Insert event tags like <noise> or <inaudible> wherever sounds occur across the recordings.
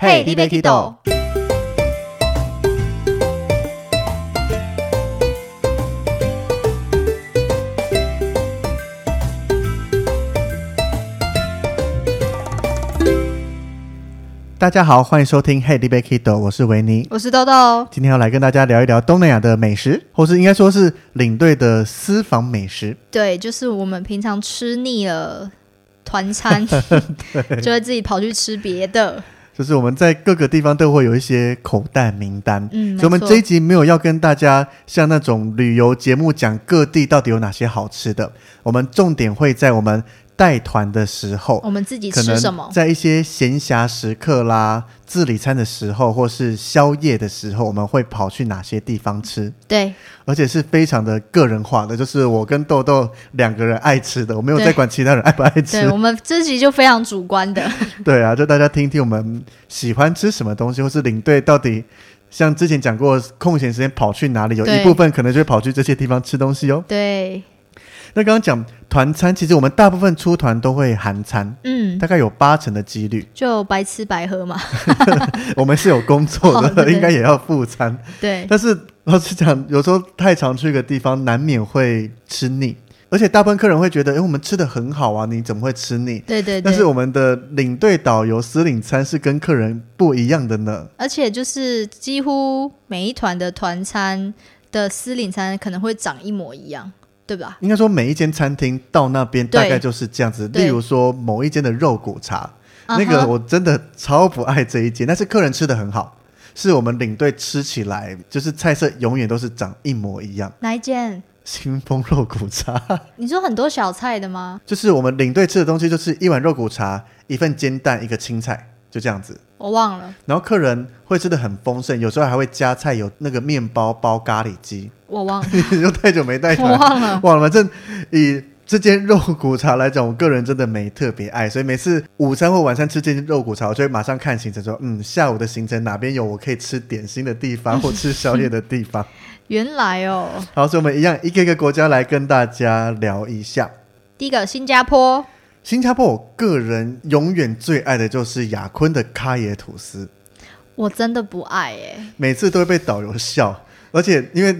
嘿，你贝 Kido，大家好，欢迎收听嘿，你贝 Kido，我是维尼。我是豆豆，今天要来跟大家聊一聊东南亚的美食，或是应该说是领队的私房美食。对，就是我们平常吃腻了团 <laughs> 餐，就会自己跑去吃别的。就是我们在各个地方都会有一些口袋名单，嗯所以我们没错这一集没有要跟大家像那种旅游节目讲各地到底有哪些好吃的，我们重点会在我们带团的时候，我们自己可哦吃什能么？在一些闲暇时刻啦、自理餐的时候，或是宵夜的时候，我们会跑去哪些地方吃，对，而且是非常的个人化的，就是我跟豆豆两个人爱吃的，我没有对在管其他人爱不爱吃对，。我们这集就非常主观的。 <laughs> 对啊，就大家听听我们喜欢吃什么东西，或是领队到底像之前讲过，空闲时间跑去哪里，有一对部分可能就会跑去这些地方吃东西哦。对，那刚刚讲团餐，其实我们大部分出团都会含餐，嗯，大概有八成的几率，就白吃白喝嘛。我们是有工作哦的，对应该也要付餐。对，但是老实讲，有时候太常去一个地方，难免会吃腻，而且大部分客人会觉得，诶，我们吃的很好啊，你怎么会吃腻？对对但是对。我们的领队导游私领餐是跟客人不一样的呢。而且就是几乎每一团的团餐的私领餐可能会长一模一样，对吧？应该说每一间餐厅到那边对大概就是这样子。对例如说某一间的肉骨茶，那啊个哈我真的超不爱这一间，但是客人吃的很好，是我们领队吃起来就是菜色永远都是长一模一样。哪一件？新丰肉骨茶你说很多小菜的吗？就是我们领队吃的东西，就是一碗肉骨茶，一份煎蛋，一个青菜，就这样子。我忘了，然后客人会吃的很丰盛，有时候还会加菜，有那个面包包咖喱鸡。 <laughs> 我忘了，又太久没带团我了，忘了。忘了，反正以这间肉骨茶来讲，我个人真的没特别爱，所以每次午餐或晚餐吃这间肉骨茶，我就会马上看行程说，嗯，下午的行程哪边有我可以吃点心的地方或吃宵夜的地方。原来哦，好，所以我们一样一个一个国家来跟大家聊一下。第一个新加坡，新加坡，我个人永远最爱的就是雅坤的咖椰吐司，我真的不爱哎、每次都会被导游笑，而且因为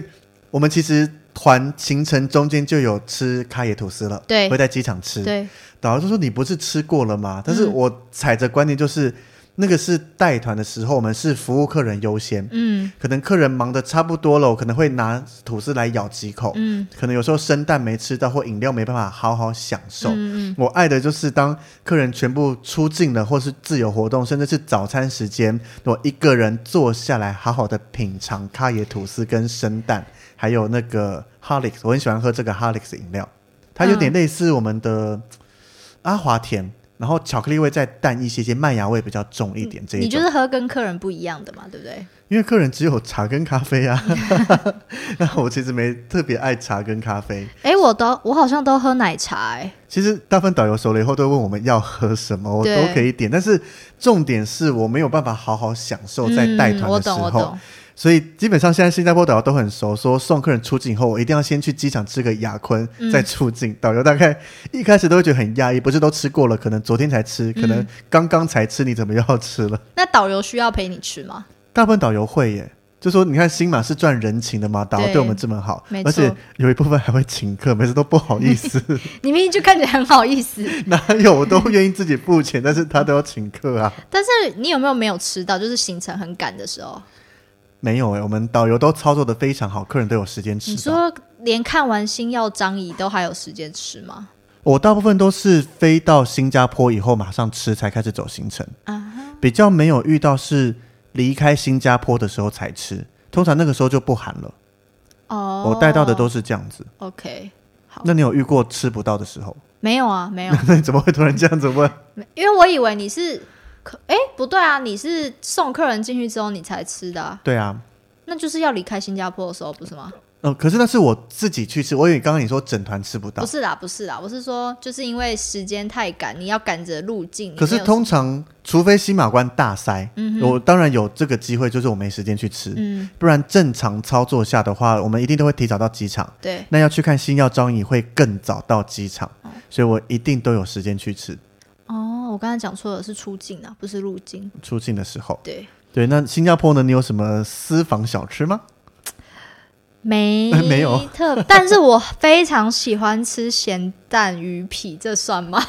我们其实团行程中间就有吃咖椰吐司了，对会在机场吃，对，导游就说你不是吃过了吗？但是嗯我踩着观念就是，那个是带团的时候，我们是服务客人优先，嗯可能客人忙得差不多了，我可能会拿吐司来咬几口，嗯可能有时候生蛋没吃到或饮料没办法好好享受。嗯嗯，我爱的就是当客人全部出境了，或是自由活动，甚至是早餐时间，我一个人坐下来，好好的品尝咖椰吐司跟生蛋，还有那个哈利克斯，我很喜欢喝这个哈利克斯饮料，它有点类似我们的嘖阿华田，然后巧克力味再淡一些些，麦芽味比较重一点。这一嗯你就种，是喝跟客人不一样的嘛，对不对？因为客人只有茶跟咖啡啊， <laughs> 那我其实没特别爱茶跟咖啡。哎、我都我好像都喝奶茶哎、其实大部分导游熟了以后都会问我们要喝什么，我对都可以点，但是重点是我没有办法好好享受在带嗯团我的时懂我候，懂，所以基本上现在新加坡导游都很熟，说送客人出境后，我一定要先去机场吃个雅坤，嗯再出境。导游大概一开始都会觉得很压抑，不是都吃过了，可能昨天才吃，可能嗯刚刚才吃，你怎么要吃了？那导游需要陪你吃吗？大部分导游会耶，就说你看新马是赚人情的嘛，导游对对我们这么好没，错而且有一部分还会请客，每次都不好意思。你明明就看起来很好意思， <laughs> <laughs> 哪有？我都愿意自己付钱，但是他都要请客 <laughs> 啊。但是你有没有没有吃到？就是行程很赶的时候，没有哎、我们导游都操作的非常好，客人都有时间吃你到。说连看完星耀张仪都还有时间吃吗？我大部分都是飞到新加坡以后马上吃，才开始走行程，啊哈，比较没有遇到是离开新加坡的时候才吃。通常那个时候就不含了，哦，我带到的都是这样子。 OK，好那你有遇过吃不到的时候？ <laughs> 没有啊，没有，那你怎么会突然这样子问？因为我以为你是可，哎，不对啊，你是送客人进去之后你才吃的、啊，对啊，那就是要离开新加坡的时候，不是吗？哦，可是那是我自己去吃，我以为刚刚你说整团吃不到不，是啦，不是啦，我是说，就是因为时间太赶，你要赶着入境。可你是没有通常除非西马关大塞，嗯我当然有这个机会，就是我没时间去吃，嗯，不然正常操作下的话，我们一定都会提早到机场。对，那要去看星耀张仪会更早到机场，哦所以我一定都有时间去吃哦，我刚才讲错了，是出境啊，不是入境。出境的时候。对，对，那新加坡呢？你有什么私房小吃吗？没 <laughs> 没有特，但是我非常喜欢吃咸蛋鱼皮，这算吗？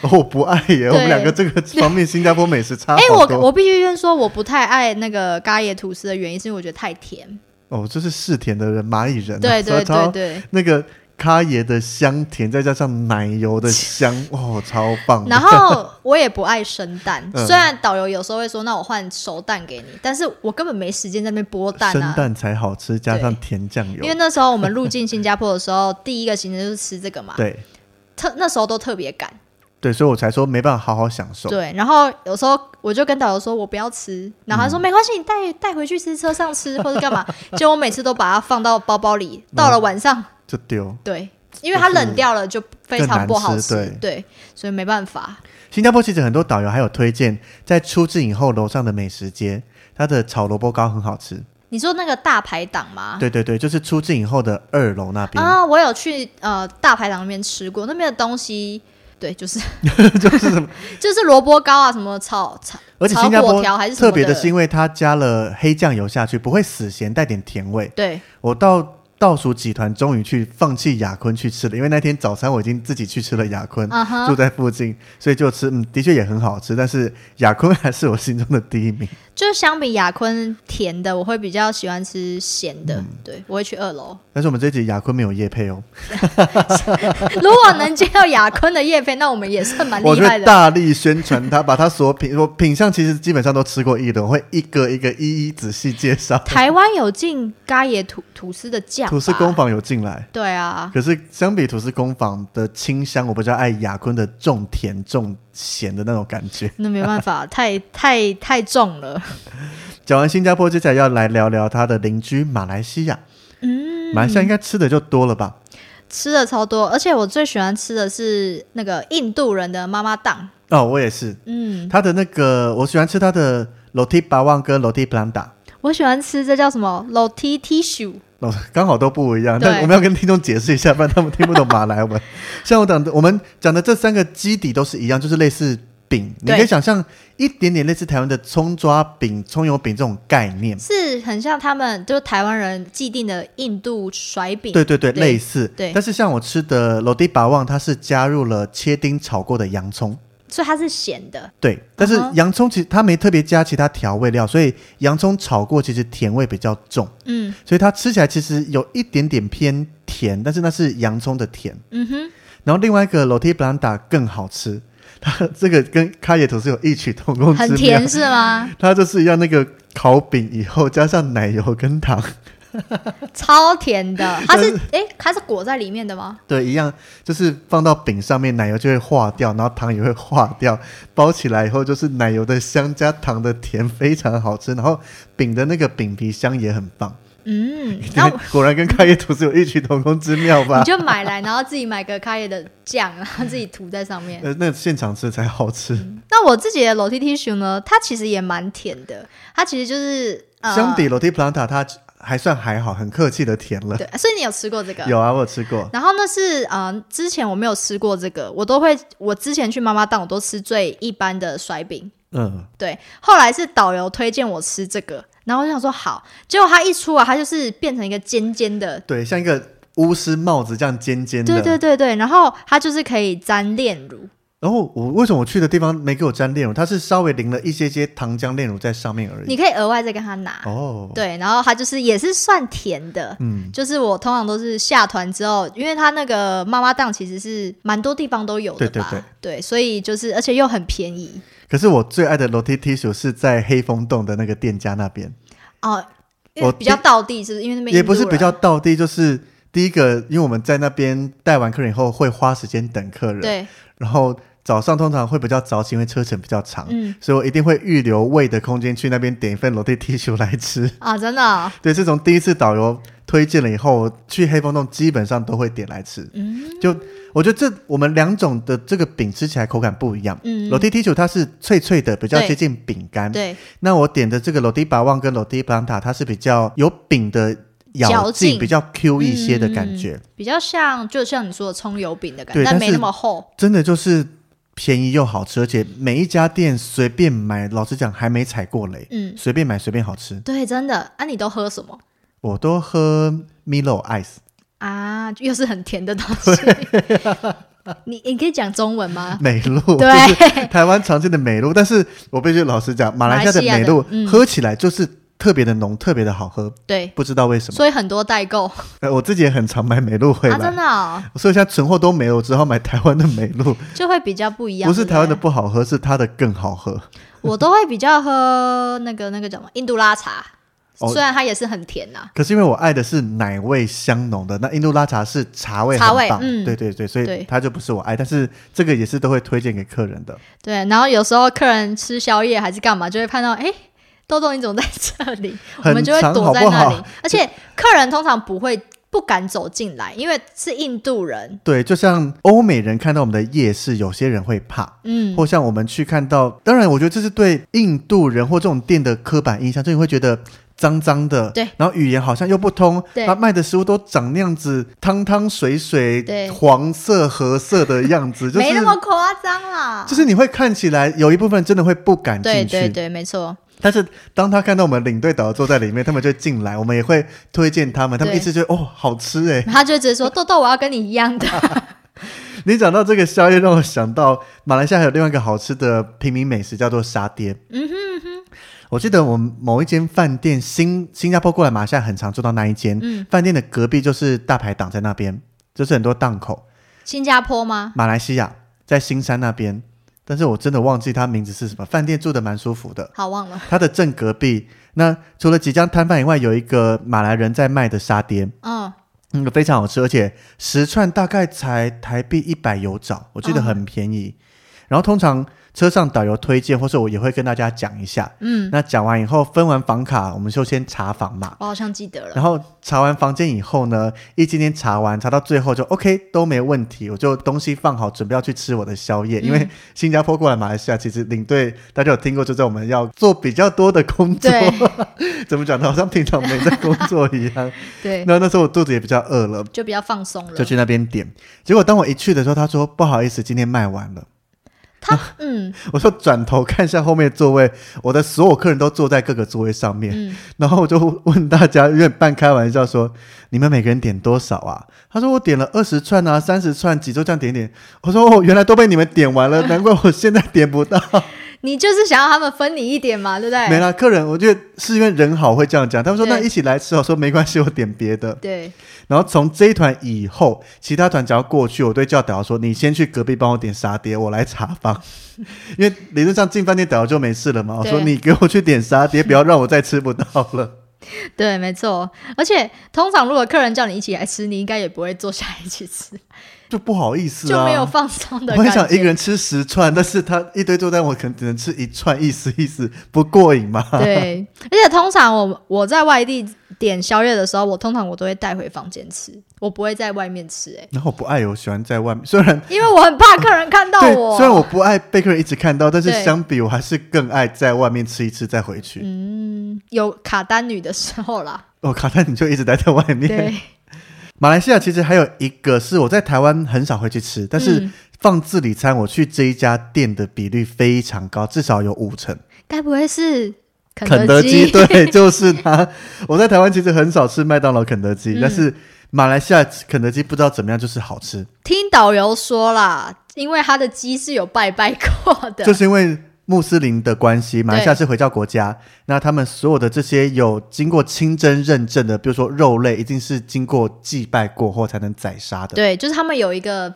哦我不爱耶，我们对两个这个方面，新加坡美食差 <laughs> 哎、好我多。我必须先说，我不太爱那个咖椰吐司的原因，是因为我觉得太甜。哦，这是嗜甜的人，蚂蚁人啊、对对所以它对对。那个咖椰的香甜，再加上奶油的香，哦，超棒的。然后我也不爱生蛋， <laughs> 嗯虽然导游有时候会说，那我换熟蛋给你，但是我根本没时间在那边剥蛋生啊。蛋才好吃，加上对甜酱油因为。那时候我们入境新加坡的时候，第一个行程就是吃这个嘛，对特那时候都特别赶，对，所以我才说没办法好好享受。对。然后有时候我就跟导游说我不要吃，然后嗯他说、没关系，你带带回去吃，车上吃或者干嘛。 <laughs> 结果我每次都把它放到包包里，嗯到了晚上，就丢。对，因为它冷掉了就非常不好吃，更难吃对，所以没办法。新加坡其实很多导游还有推荐，在出境以后楼上的美食街，它的炒萝卜糕很好吃。你说那个大排档吗？对对对，就是出境以后的二楼那边，啊，我有去呃大排档那边吃过，那边的东西。对，就是 <laughs> 就是什么？就是萝卜糕啊，什么炒炒而且新加炒坡粿条还是什么特别的的是因为它加了黑酱油下去，不会死咸，带点甜味。对，我到倒数几团，终于去放弃雅坤去吃了，因为那天早餐我已经自己去吃了雅坤，嗯哼住在附近，所以就吃，嗯，的确也很好吃，但是雅坤还是我心中的第一名。就是相比雅坤甜的，我会比较喜欢吃咸的。嗯对，我会去二楼。 <laughs> 但是我们这集雅坤没有夜配哦，如果能接到雅坤的叶片，那我们也算蛮我啊厉就害会的。大力宣传它，把它所品 <laughs> 我品相其实基本上都吃过一轮，我会一个一个一一仔细介绍。台湾有进咖椰吐吐司的酱 <laughs> 吧，吐司工坊有进来，对啊，可是相比吐司工坊的清香，我比较爱雅坤的重甜重咸的那种感觉。那没办法，太太太重了。讲完新加坡，接下来要来聊聊它的邻居马来西亚。嗯，马来西亚应该吃的就多了吧？吃的超多，而且我最喜欢吃的是那个印度人的妈妈档。哦，我也是。嗯，它的那个，我喜欢吃它的 roti b a w a n 跟 roti blanda，我喜欢吃这叫什么 roti tissue。哦，刚好都不一样。对但我们要跟听众解释一下，不然他们听不懂马来 <laughs> 文。像我讲的，我们讲的这三个基底都是一样，就是类似饼。你对可以想象一点点类似台湾的葱抓饼、葱油饼这种概念。是很像他们就是台湾人既定的印度甩饼，对对对，对类似。对但是像我吃的 roti b a w a n 它是加入了切丁炒过的洋葱。所以它是咸的。对，但是嗯哼洋葱其实它没特别加其他调味料，所以洋葱炒过其实甜味比较重，嗯所以它吃起来其实有一点点偏甜，但是那是洋葱的甜。嗯哼，然后另外一个 roti blanda 更好吃， <laughs> 它这个跟咖椰吐司有异曲同工之很妙甜，是 <laughs> 吗？它就是要那个烤饼以后加上奶油跟糖，超甜的，它是哎、它是裹在里面的吗？对，一样就是放到饼上面，奶油就会化掉，然后糖也会化掉，包起来以后就是奶油的香加糖的甜，非常好吃。然后饼的那个饼皮香也很棒， <laughs> 嗯，然后果然跟开业吐司有异曲同工之妙吧你？就买来，然后自己买个咖椰的酱， <laughs> 然后自己涂在上面。呃，那现场吃才好吃。那我自己的 roti tissue 呢，它其实也蛮甜的，它其实就是、呃、相比 roti planta，它还算还好，很客气的甜了。对，所以你有吃过这个？有啊，我有吃过。然后那是呃，之前我没有吃过这个，我都会，我之前去妈妈档我都吃最一般的甩饼，嗯，对。后来是导游推荐我吃这个，然后我就想说好，结果它一出来，它就是变成一个尖尖的，对，像一个巫师帽子这样尖尖的。对对对对，然后它就是可以沾炼乳，然后我为什么我去的地方没给我沾炼乳？它是稍微淋了一些些糖浆炼乳在上面而已你。可以额外再跟它拿。哦，对，然后它就是也是算甜的，嗯，就是我通常都是下团之后，因为它那个妈妈档其实是蛮多地方都有的对对吧，对对，所以就是而且又很便宜可是我最爱的 roti tissue 是在黑风洞的那个店家那边，哦。因为我比较第道地，是不是？因为那边也印不是度比人较道地，就是第一个，因为我们在那边带完客人以后会花时间等客人，，对，然后早上通常会比较早起，因为车程比较长，嗯所以我一定会预留胃的空间去那边点一份楼地踢球来吃。 <laughs> 啊，真的哦、对，自从第一次导游推荐了以后，我去黑风洞基本上都会点来吃。嗯就我觉得这我们两种的这个饼吃起来口感不一样。嗯楼，梯踢球它是脆脆的，比较对接近饼干。对，那我点的这个楼梯巴旺跟楼梯布朗塔，它是比较有饼的咬嚼劲，劲嗯比较 Q 一些的感觉。比较像就像你说的葱油饼的感对觉，但但没是那么厚。真的就是便宜又好吃，而且每一家店随便买，老实讲还没踩过雷，嗯，随便买随便好吃。对，真的。啊，你都喝什么我都喝 Milo Ice，啊？又是很甜的东西。 <laughs> 你你可以讲中文 <laughs> 吗？美露，就是啊对， <laughs> 台湾常见的美露，但是我必须老实讲，马来西亚的美露马来西亚的嗯喝起来就是特别的浓，特别的好喝，对，不知道为什么。所以很多代购呃，我自己也很常买美露回来，啊，真的哦、所以现在存货都没有，我只好买台湾的美 <laughs> 露，就会比较不一样。不是对对台湾的 <laughs> 不好喝，是它的更好喝。我都会比较喝那个那个叫什么印度拉茶，哦虽然它也是很甜啊呐、可是因为我爱的是奶味香浓的，那印度拉茶是茶味很茶味棒，嗯对对对，所对以它就不是我爱，但是这个也是都会推荐给客人的。对，然后有时候客人吃宵夜还是干嘛，就会看到哎。诶豆豆，你怎么在这里？我很们就会长躲在好不那里，好而且客人通常不会不敢走进来，因为是印度人。对，就像欧美人看到我们的夜市，有些人会怕，嗯，或像我们去看到，当然，我觉得这是对印度人或这种店的刻板印象，就你会觉得脏脏的，对，然后语言好像又不通，对然后卖的食物都长那样子，汤汤水水，对黄色褐色的样子，就是没那么夸张啦。就是你会看起来有一部分真的会不敢进对去，对对，没错。但是当他看到我们领队导游坐在里面，他们就进来，我们也会推荐他们，他们对一直觉得哦好吃哎，他就直接说：“豆豆，我要跟你一样的。你讲到这个宵夜，让我想到马来西亚还有另外一个好吃的平民美食，叫做沙爹。嗯哼哼，我记得我们某一间饭店，新新加坡过来马来西亚很常住到那一间、嗯饭店的隔壁就是大排档，在那边就是很多档口。”新加坡吗？马来西亚在新山那边，但是我真的忘记它名字是什么。饭店住的蛮舒服的，好，忘了。它的正隔壁。那除了即将摊贩以外，有一个马来人在卖的沙爹，嗯，那个非常好吃，而且十串大概才台币一百有找，我记得嗯很便宜。然后通常车上导游推荐，或是我也会跟大家讲一下。嗯，那讲完以后，分完房卡，我们就先查房嘛。我好像记得了。然后查完房间以后呢，一今天查完，查到最后就 OK 都没问题，我就东西放好，准备要去吃我的宵夜。因嗯为新加坡过来马来西亚，其实领队大家有听过，就是我们要做比较多的工作对，怎么讲呢？好像平常没在工作一样。对， <laughs> 那那时候我肚子也比较饿了，就比较放松了就。去那边点。结果当我一去的时候，他说不好意思，今天卖完了。 <laughs> 他嗯我说转头看一下后面的座位，我的所有客人都坐在各个座位上面，嗯，然后我就问大家，有点半开玩笑说，你们每个人点多少啊？他说我点了二十串啊，三十串，几周这样点点。我说哦，原来都被你们点完 <laughs> 了，难怪我现在点不到。你就是想要他们分你一点嘛，对不对？没啦，客人，我觉得是因为人好会这样讲。他们说对那一起来吃哦，我说没关系，我点别的。对，然后从这一团以后，其他团只要过去，我对教导说：“你先去隔壁帮我点沙爹，我来查房。” <laughs> 因为理论上进饭店导游就没事了嘛。我说：“对你给我去点沙爹，不要让我再吃不到了。 <laughs> 对，没错。而且通常如果客人叫你一起来吃，你应该也不会坐下来一起吃，”就不好意思就啊，没有放松的我感很觉。想一个人吃十串，但是他一堆做单，我可能只能吃一串，意思意思，不过瘾嘛。对，而且通常我我在外地点宵夜的时候，我通常我都会带回房间吃，我不会在外面吃、欸，然后我不爱，我喜欢在外面，虽然。因为我很怕客人看到对，我。啊虽然我不爱被客人一直看到，但是对相比我还是更爱在外面吃一吃再回去。嗯有卡单女的时 <laughs> 候啦，哦，卡丹你就一直待在外面。对，马来西亚其实还有一个是我在台湾很少会去吃，但是嗯放自理餐，我去这一家店的比率非常高，至少有五成。该不会是肯肯德基 <laughs> 对，就是它。我在台湾其实很少吃麦当劳、肯德基，但是马来西亚肯德基不知道怎么样就是好吃，听导游说啦，因为他的鸡是有拜拜过的，就是因为。穆斯林的关系，马来西亚对是回教国家，那他们所有的这些有经过清真认证的，比如说肉类，一定是经过祭拜过后才能宰杀的。对，就是他们有一个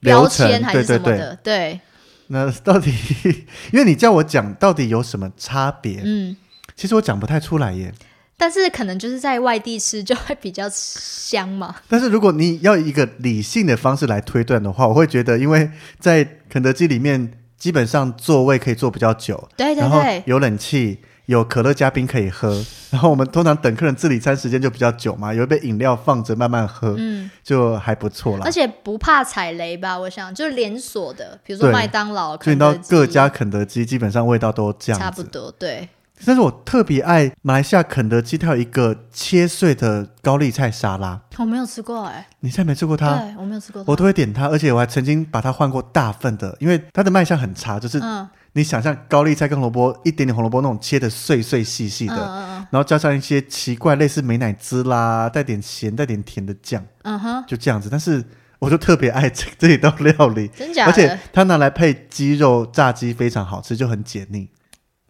标流程签还对对是什么的，对，那到底， <laughs> 因为你叫我讲到底有什么差别，嗯，其实我讲不太出来耶。但是可能就是在外地吃就会比较香嘛。 <laughs> 但是如果你要以一个理性的方式来推断的话，我会觉得，因为在肯德基里面，基本上座位可以坐比较久，对对然后对，有冷气，有可乐加冰可以喝，然后我们通常等客人自理餐时间就比较久嘛，有一杯饮料放着慢慢喝，嗯，就还不错啦而。且不怕踩雷吧？我想就是连锁的，比如说对麦当劳、所以肯你到德各基家肯德基基本上味道都这样子，啊差不多，对，但是我特别爱马来西亚肯德基，它有一个切碎的高丽菜沙拉，我没有吃过哎、你现在没吃过它？对我没有吃过它，我都会点它，而且我还曾经把它换过大份的，因为它的卖相很差，就是嗯你想象高丽菜跟萝卜一点点红萝卜那种切的碎碎细细的，嗯嗯然后加上一些奇怪类似美乃滋啦，带点咸带点甜的酱，嗯哼，就这样子。但是我就特别爱这这一道料理，真假的？而且它拿来配鸡肉炸鸡非常好吃，就很解腻。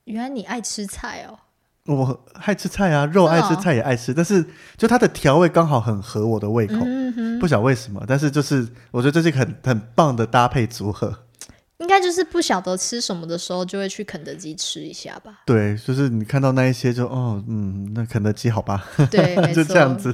原来你爱吃菜哦，我爱吃菜啊，肉爱吃，菜也爱吃，但是就它的调味刚好很合我的胃口，嗯哼，不晓得为什么，但是就是我觉得这是一个很很棒的搭配组合。？应该就是不晓得吃什么的时候就会去肯德基吃一下吧 <laughs> 对，就是你看到那一些就哦，嗯，那肯德基好吧，对，没就错，这样子。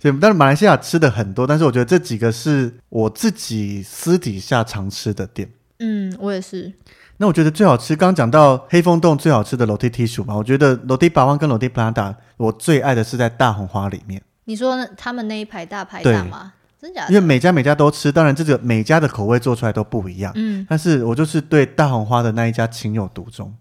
对，但是马来西亚吃的很多，但是我觉得这几个是我自己私底下常吃的店。嗯，我也是，那我觉得最好吃，刚刚讲到黑风洞最好吃的楼梯 T 薯嘛，我觉得楼梯八湾跟楼梯布拉达，我最爱的是在大红花里面。你说那他们那一排大排对大吗？真假的？因为每家每家都吃，当然这个每家的口味做出来都不一样。嗯，但是我就是对大红花的那一家情有独钟，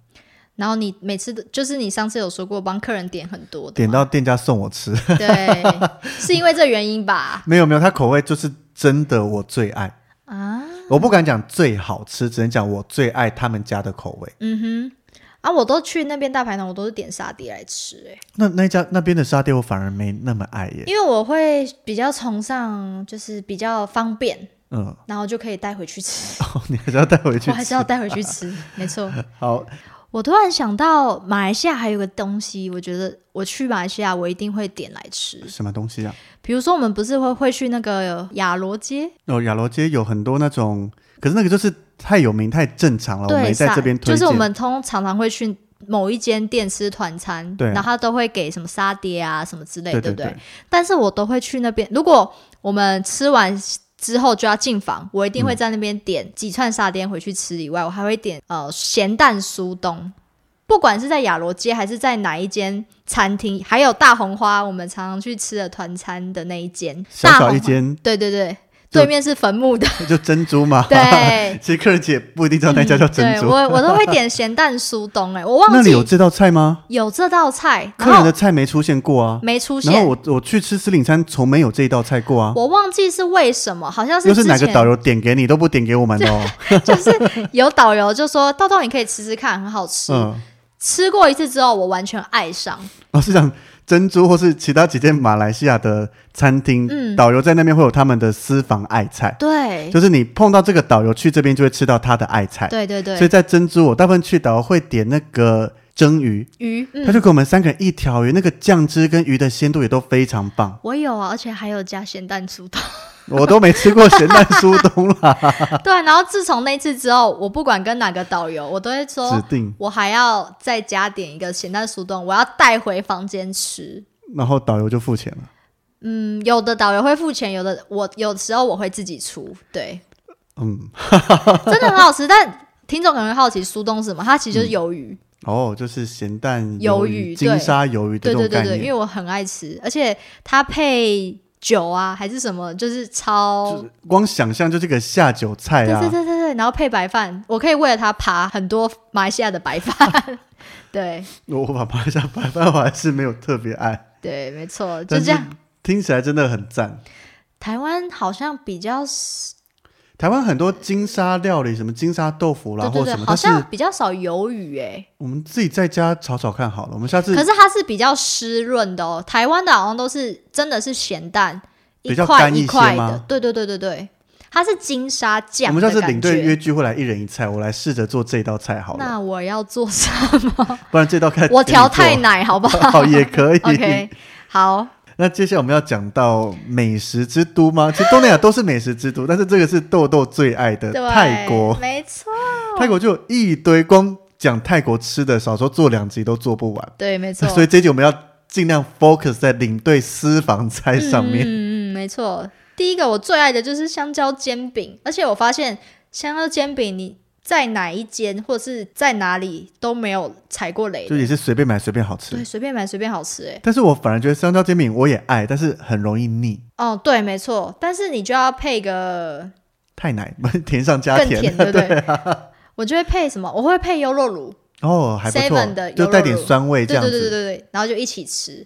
然后你每次的，就是你上次有说过帮客人点很多的点嘛，到店家送我吃， <laughs> 对，是因为这原因吧？没有没有，它口味就是真的我最爱，啊，我不敢讲最好吃，只能讲我最爱他们家的口味。嗯哼，啊，我都去那边大排档，我都是点沙爹来吃、欸，那那一家那边的沙爹我反而没那么爱耶，因为我会比较崇尚，就是比较方便，嗯， <laughs> 然后就可以带回去吃， <laughs> 哦，你还是要带回 <laughs> 去我还是吃。要带回去 <laughs> 吃，没错。好，我突然想到，马来西亚还有个东西，我觉得我去马来西亚我一定会点来吃，什么东西啊？比如说我们不是会会去那个亚罗街，哦，亚罗街有很多那种，可是那个就是太有名太正常了，我对，没在这边推荐。就是我们通常常会去某一间店吃团餐，对啊然后他都会给什么沙爹啊什么之类，对对对不对，但是我都会去那边。如果我们吃完之后就要进房，我一定会在那边点几串沙爹回去吃。以外，我还会点呃咸蛋酥冬。不管是在亚罗街还是在哪一间餐厅，还有大红花，我们常常去吃的团餐的那一间，小大小红一花， <laughs> 间对对对，就对面是坟墓的，就珍珠嘛，对 <laughs> 其实客人姐不一定知 <laughs> 道那家叫珍嗯对珠。我我都会点咸蛋酥冬、欸，哎，我那忘里记有这道菜吗？有这道菜，客人然的后菜没出现过啊。没出现，然后我我去吃私领餐，从没有这一道菜过啊。我忘记是为什么，好像是又之是前哪个导游点给你都不点给我们哦？就是有导游就说：“豆豆，你可以吃吃看，很好吃。嗯，吃过一次之后，我完全爱上。哦是讲珍珠或是其他几间马来西亚的餐厅，嗯导游在那边会有他们的私房爱菜，对，就是你碰到这个导游去这边就会吃到他的爱菜。对对所以对，在珍珠，我大部分去导游会点那个蒸鱼，鱼，他嗯，就给我们三个人一条鱼，那个酱汁跟鱼的鲜度也都非常棒。我有啊，而且还有加咸蛋酥的。 <laughs> 我都没吃过咸蛋酥冬啦， <laughs> 对，然后自从那次之后，我不管跟哪个导游，我都会指说。” <laughs> 定。我还要再加点一个咸蛋酥冻，我要带回房间吃。然后导游就付钱了。嗯，有的导游会付钱，有的我有时候我会自己出。对， <laughs> 嗯，真的很好吃。但听众可能会好奇苏东是什么，它其实就是鱿鱼。哦，就是咸蛋鱿鱼、鱼金沙鱿鱼的这对对种对概对，因为念。我很爱吃，而且它配酒啊还是什么，就是超。光想象就这个下酒菜对啊对，对对对，然后配白饭，我可以为了它扒很多马来西亚的白饭。 <laughs> 对我我把马来西亚白饭我还是没有特别爱，对，没错，就但这是样。听起来真的很赞。台湾好像比较少，台湾很多金沙料理，什么金沙豆腐啦，对对或对什么，，好但是像比较少鱿鱼欸诶、我们自己在家炒炒看好了。我们下次可是它是比较湿润的哦。台湾的好像都是真的是咸蛋，比一较块干一一些块的吗。对对对对对，它是金沙我酱的们感下觉。次领队约聚会来一人一菜，我来试着做这道菜好了，那我要做什么？不然这道菜给我你做调太奶好不 <laughs> 好好也可以。 <laughs> ？OK，好，那接下来我们要讲到美食之都吗？其实东南亚都是美食之都，但是这个是豆豆最爱的对，哦泰国。没错，泰国就有一堆，光讲泰国吃的，少说做两集都做不完。对，没错。所以这一集我们要尽量 focus 在领队私房菜上面。嗯嗯，没错。第一个我最爱的就是香蕉煎饼，而且我发现香蕉煎饼你在哪一间或是在哪里都没有踩过雷就的，也是随便买随便好对，吃。随便买随便好吃、欸，但是我反而觉得香蕉煎饼我也爱，但是很容易腻，哦，对，没错，但是你就要配个太奶， <laughs> 甜上加更甜。 <laughs> 啊甜，对不对？我就会配什么？我会配优酪乳，哦，还不 Seven 的错，优就酪带点乳酸味对这对样对对对子。对，然后就一起吃，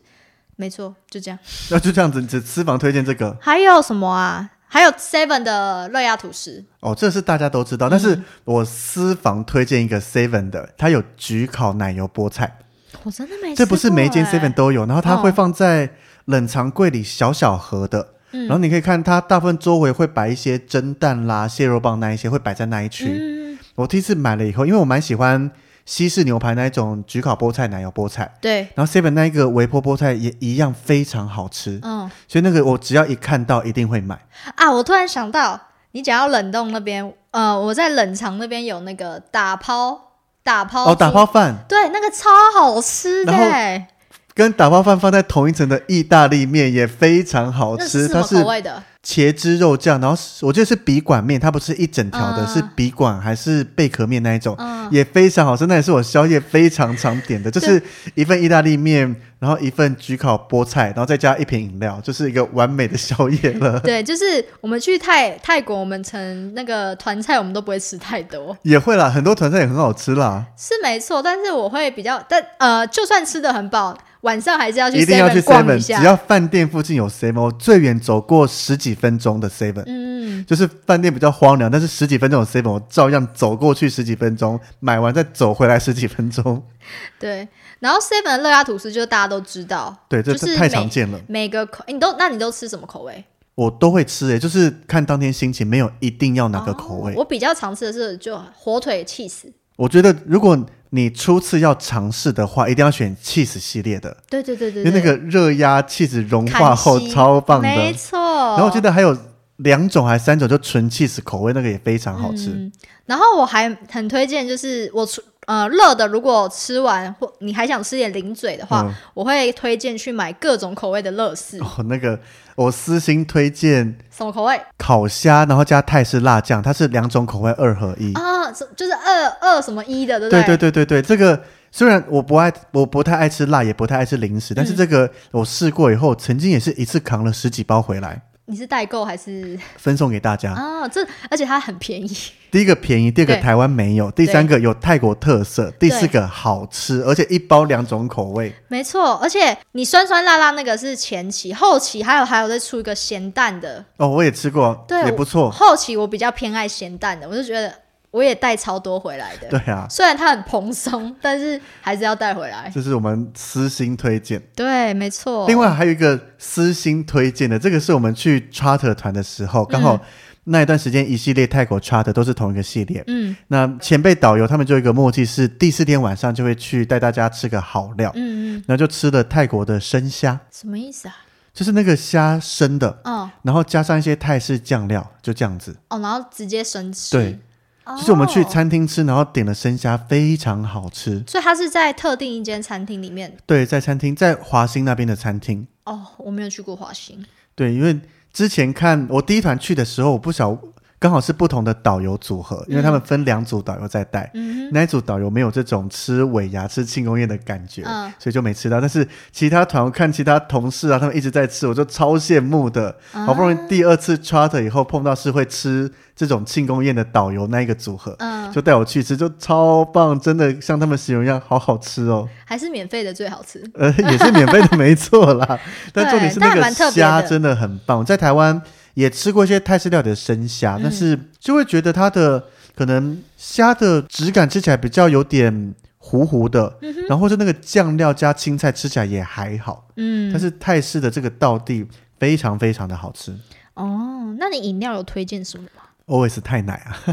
没错，就这样。那就这样子，只私房推荐这个还有什么啊？还有 Seven 的热压吐司，哦，这是大家都知道。但嗯是我私房推荐一个 Seven 的，它有焗烤奶油菠菜，我真的没吃过欸、这不是每一间 Seven 都有，然后它会哦放在冷藏柜里小小盒的。嗯然后你可以看它大部分周围会摆一些蒸蛋啦、蟹肉棒那一些会摆在那一区。嗯，我第一次买了以后，因为我蛮喜欢西式牛排那一种焗烤菠菜、奶油菠菜，对，然后 seven 那一个微波菠菜也一样非常好吃，嗯所以那个我只要一看到一定会买。啊，我突然想到，你讲到冷冻那边，呃，我在冷藏那边有那个打抛，打抛哦，打猪泡，饭对，那个超好吃的然后欸，跟打泡饭放在同一层的意大利面也非常好那是吃，什它么是口味的？茄汁肉酱，然后是我记得是笔管面，它不是一整条的，嗯是笔管还是贝壳面那一种，嗯也非常好吃。那也是我宵夜非常常点的，就是一份意大利面，然后一份焗烤菠菜，然后再加一瓶饮料，就是一个完美的宵夜 <laughs> 了。对，就是我们去泰泰国，我们成那个团菜，我们都不会吃太多，也会啦，很多团菜也很好吃啦，是没错。但是我会比较，但呃，就算吃的很饱，晚上还是要去一定要去 7-Eleven 逛 seven，一下。只要饭店附近有 seven，我最远走过十几分钟的 seven，、嗯，就是饭店比较荒凉，但是十几分钟有 seven，我照样走过去十几分钟，买完再走回来十几分钟。 <laughs> 对。然后 Seven 的热压吐司就大家都知道，对，这就太是太每常见了。每个口你都那你都吃什么口味？我都会吃诶、就是看当天心情，没有一定要哪个口味。哦我比较常吃的是就火腿 cheese。我觉得如果你初次要尝试的话，一定要选 cheese 系列的，对对对对因为那对，个热压 cheese 融砍化后西超棒的。没错。然然后我记得还有两种还是三种，就纯 cheese 口味那个也非常好吃。嗯，然后我还很推荐，就是我除呃热的，如果吃完或你还想吃点零嘴的话，嗯我会推荐去买各种口味的乐事。哦，那个我私心推荐什么口味烤虾，然后加泰式辣酱，它是两种口味二合一。啊？是就是二二什么一的，对不对对对对对对，这个虽然我不爱，我不太爱吃辣，也不太爱吃零食，但是这嗯个我试过以后，曾经也是一次扛了十几包回来，你是代购还是分送给大家。啊？这而且它很便宜， <laughs> 第一个便宜，第二个对台湾没有，第三个有泰国特色，第四对个好吃，而且一包两种口味。没错。而且你酸酸辣辣那个是前期，后期还有还有再出一个咸蛋的，哦，我也吃过，对也不错。后期我比较偏爱咸蛋的，我就觉得我也带超多回来的。对啊，虽然它很蓬松，但是还是要带回来。这是我们私心推荐。对，没错。另外还有一个私心推荐的，这个是我们去 charter 团的时嗯候，刚好那一段时间一系列泰国 charter 都是同一个系列。嗯，那前辈导游他们就有一个默契是，第四天晚上就会去带大家吃个好料，嗯嗯，然后就吃了泰国的生虾，什么意思啊？就是那个虾生的，哦然后加上一些泰式酱料，就这样子。哦，然后直接生吃。对，哦，就是我们去餐厅吃，然后点了生虾，非常好吃。所以它是在特定一间餐厅里面。对，在餐厅，在华兴那边的餐厅。哦，我没有去过华兴。对，因为之前看我第一团去的时候，我不晓刚好是不同的导游组合，因为他们分两组导游在带，嗯那一组导游没有这种吃尾牙、吃庆功宴的感觉，嗯所以就没吃到。但是其他团我看其他同事啊，他们一直在吃，我就超羡慕的。好不容啊易第二次 charter 以后碰到是会吃这种庆功宴的导游那一个组合，嗯，就带我去吃，就超棒，真的像他们形容一样，好好吃哦。还是免费的最好吃。呃，也是免 <laughs> 费的，没错啦。但重点是那但个蛮特别虾的真的很棒，我在台湾也吃过一些泰式料理的生虾，嗯但是就会觉得它的可能虾的质感吃起来比较有点糊糊的，然后是那个酱料加青菜吃起来也还好，嗯但，是泰式的这个道地非常非常的好吃哦，那你饮料有推荐什么吗？ ，always 太奶啊。 <laughs>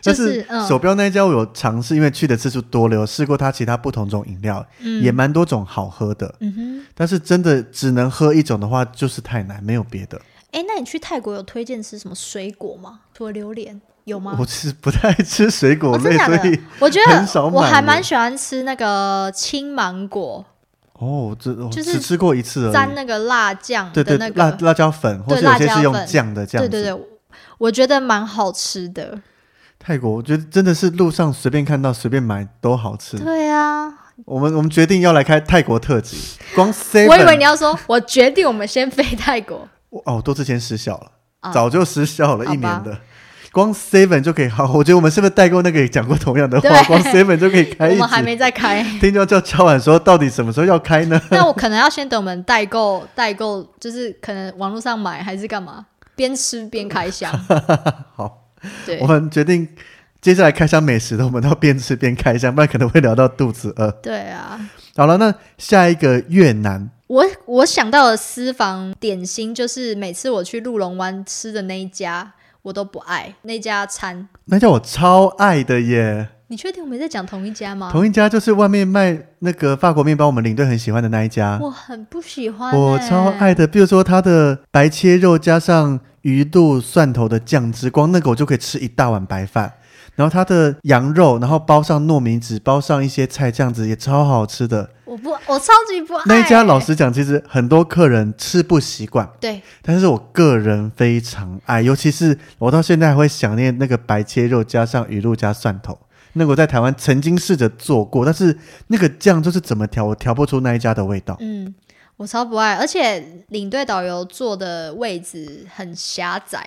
就但是是嗯手标那一家我有尝试，因为去的次数多了，有试过它其他不同种饮料，嗯也蛮多种好喝的。嗯哼，但是真的只能喝一种的话，就是太难，没有别的。哎，那你去泰国有推荐吃什么水果吗？除了榴莲，有吗？哦我其实不太爱吃水果哦真类，的假所的以？我觉很得少我买还耶蛮喜欢吃那个青芒果，哦，这我就是只吃过一次而已。沾那个辣酱对的对那辣个，辣椒粉，或对是有些辣椒是用粉酱的这样对子。对对，我觉得蛮好吃的。泰国我觉得真的是路上随便看到随便买都好吃。对啊，我们我们决定要来开泰国特辑，光 seven 我以为你要说，我决定我们先飞 <laughs> 泰国。我哦，我都之前失效了，啊早就失效了好吧一年的。光 seven 就可以好，我觉得我们是不是代购那个也讲过同样的话？对光 seven 就可以开我哎一集。们还没 <laughs> 再开，听众叫敲碗说，到底什么时候要开呢？那我可能要先等我们代购，代购就是可能网络上买还是干嘛，边吃边开箱。 <laughs> 好，对 <laughs> 我们决定接下来开箱美食的，我们都要边吃边开箱，不然可能会聊到肚子饿。对啊，好了，那下一个越南我我想到的私房点心就是每次我去鹿龙湾吃的那一家，我都不爱那家餐。那家我超爱的耶，你确定我们在讲同一家吗？同一家就是外面卖那个法国面包，我们领队很喜欢的那一家。我很不喜欢、欸我超爱。的，比如说它的白切肉加上鱼肚、蒜头的酱汁，光那个我就可以吃一大碗白饭。然后它的羊肉，然后包上糯米纸，包上一些菜，这样子也超好吃的。我不，我超级不爱那一家老实讲，其实很多客人吃不习惯，对但是我个人非常爱，尤其是我到现在还会想念那个白切肉加上鱼露加蒜头。那个我在台湾曾经试着做过，但是那个酱就是怎么调，我调不出那一家的味道。嗯，我超不爱，而且领队导游坐的位置很狭窄，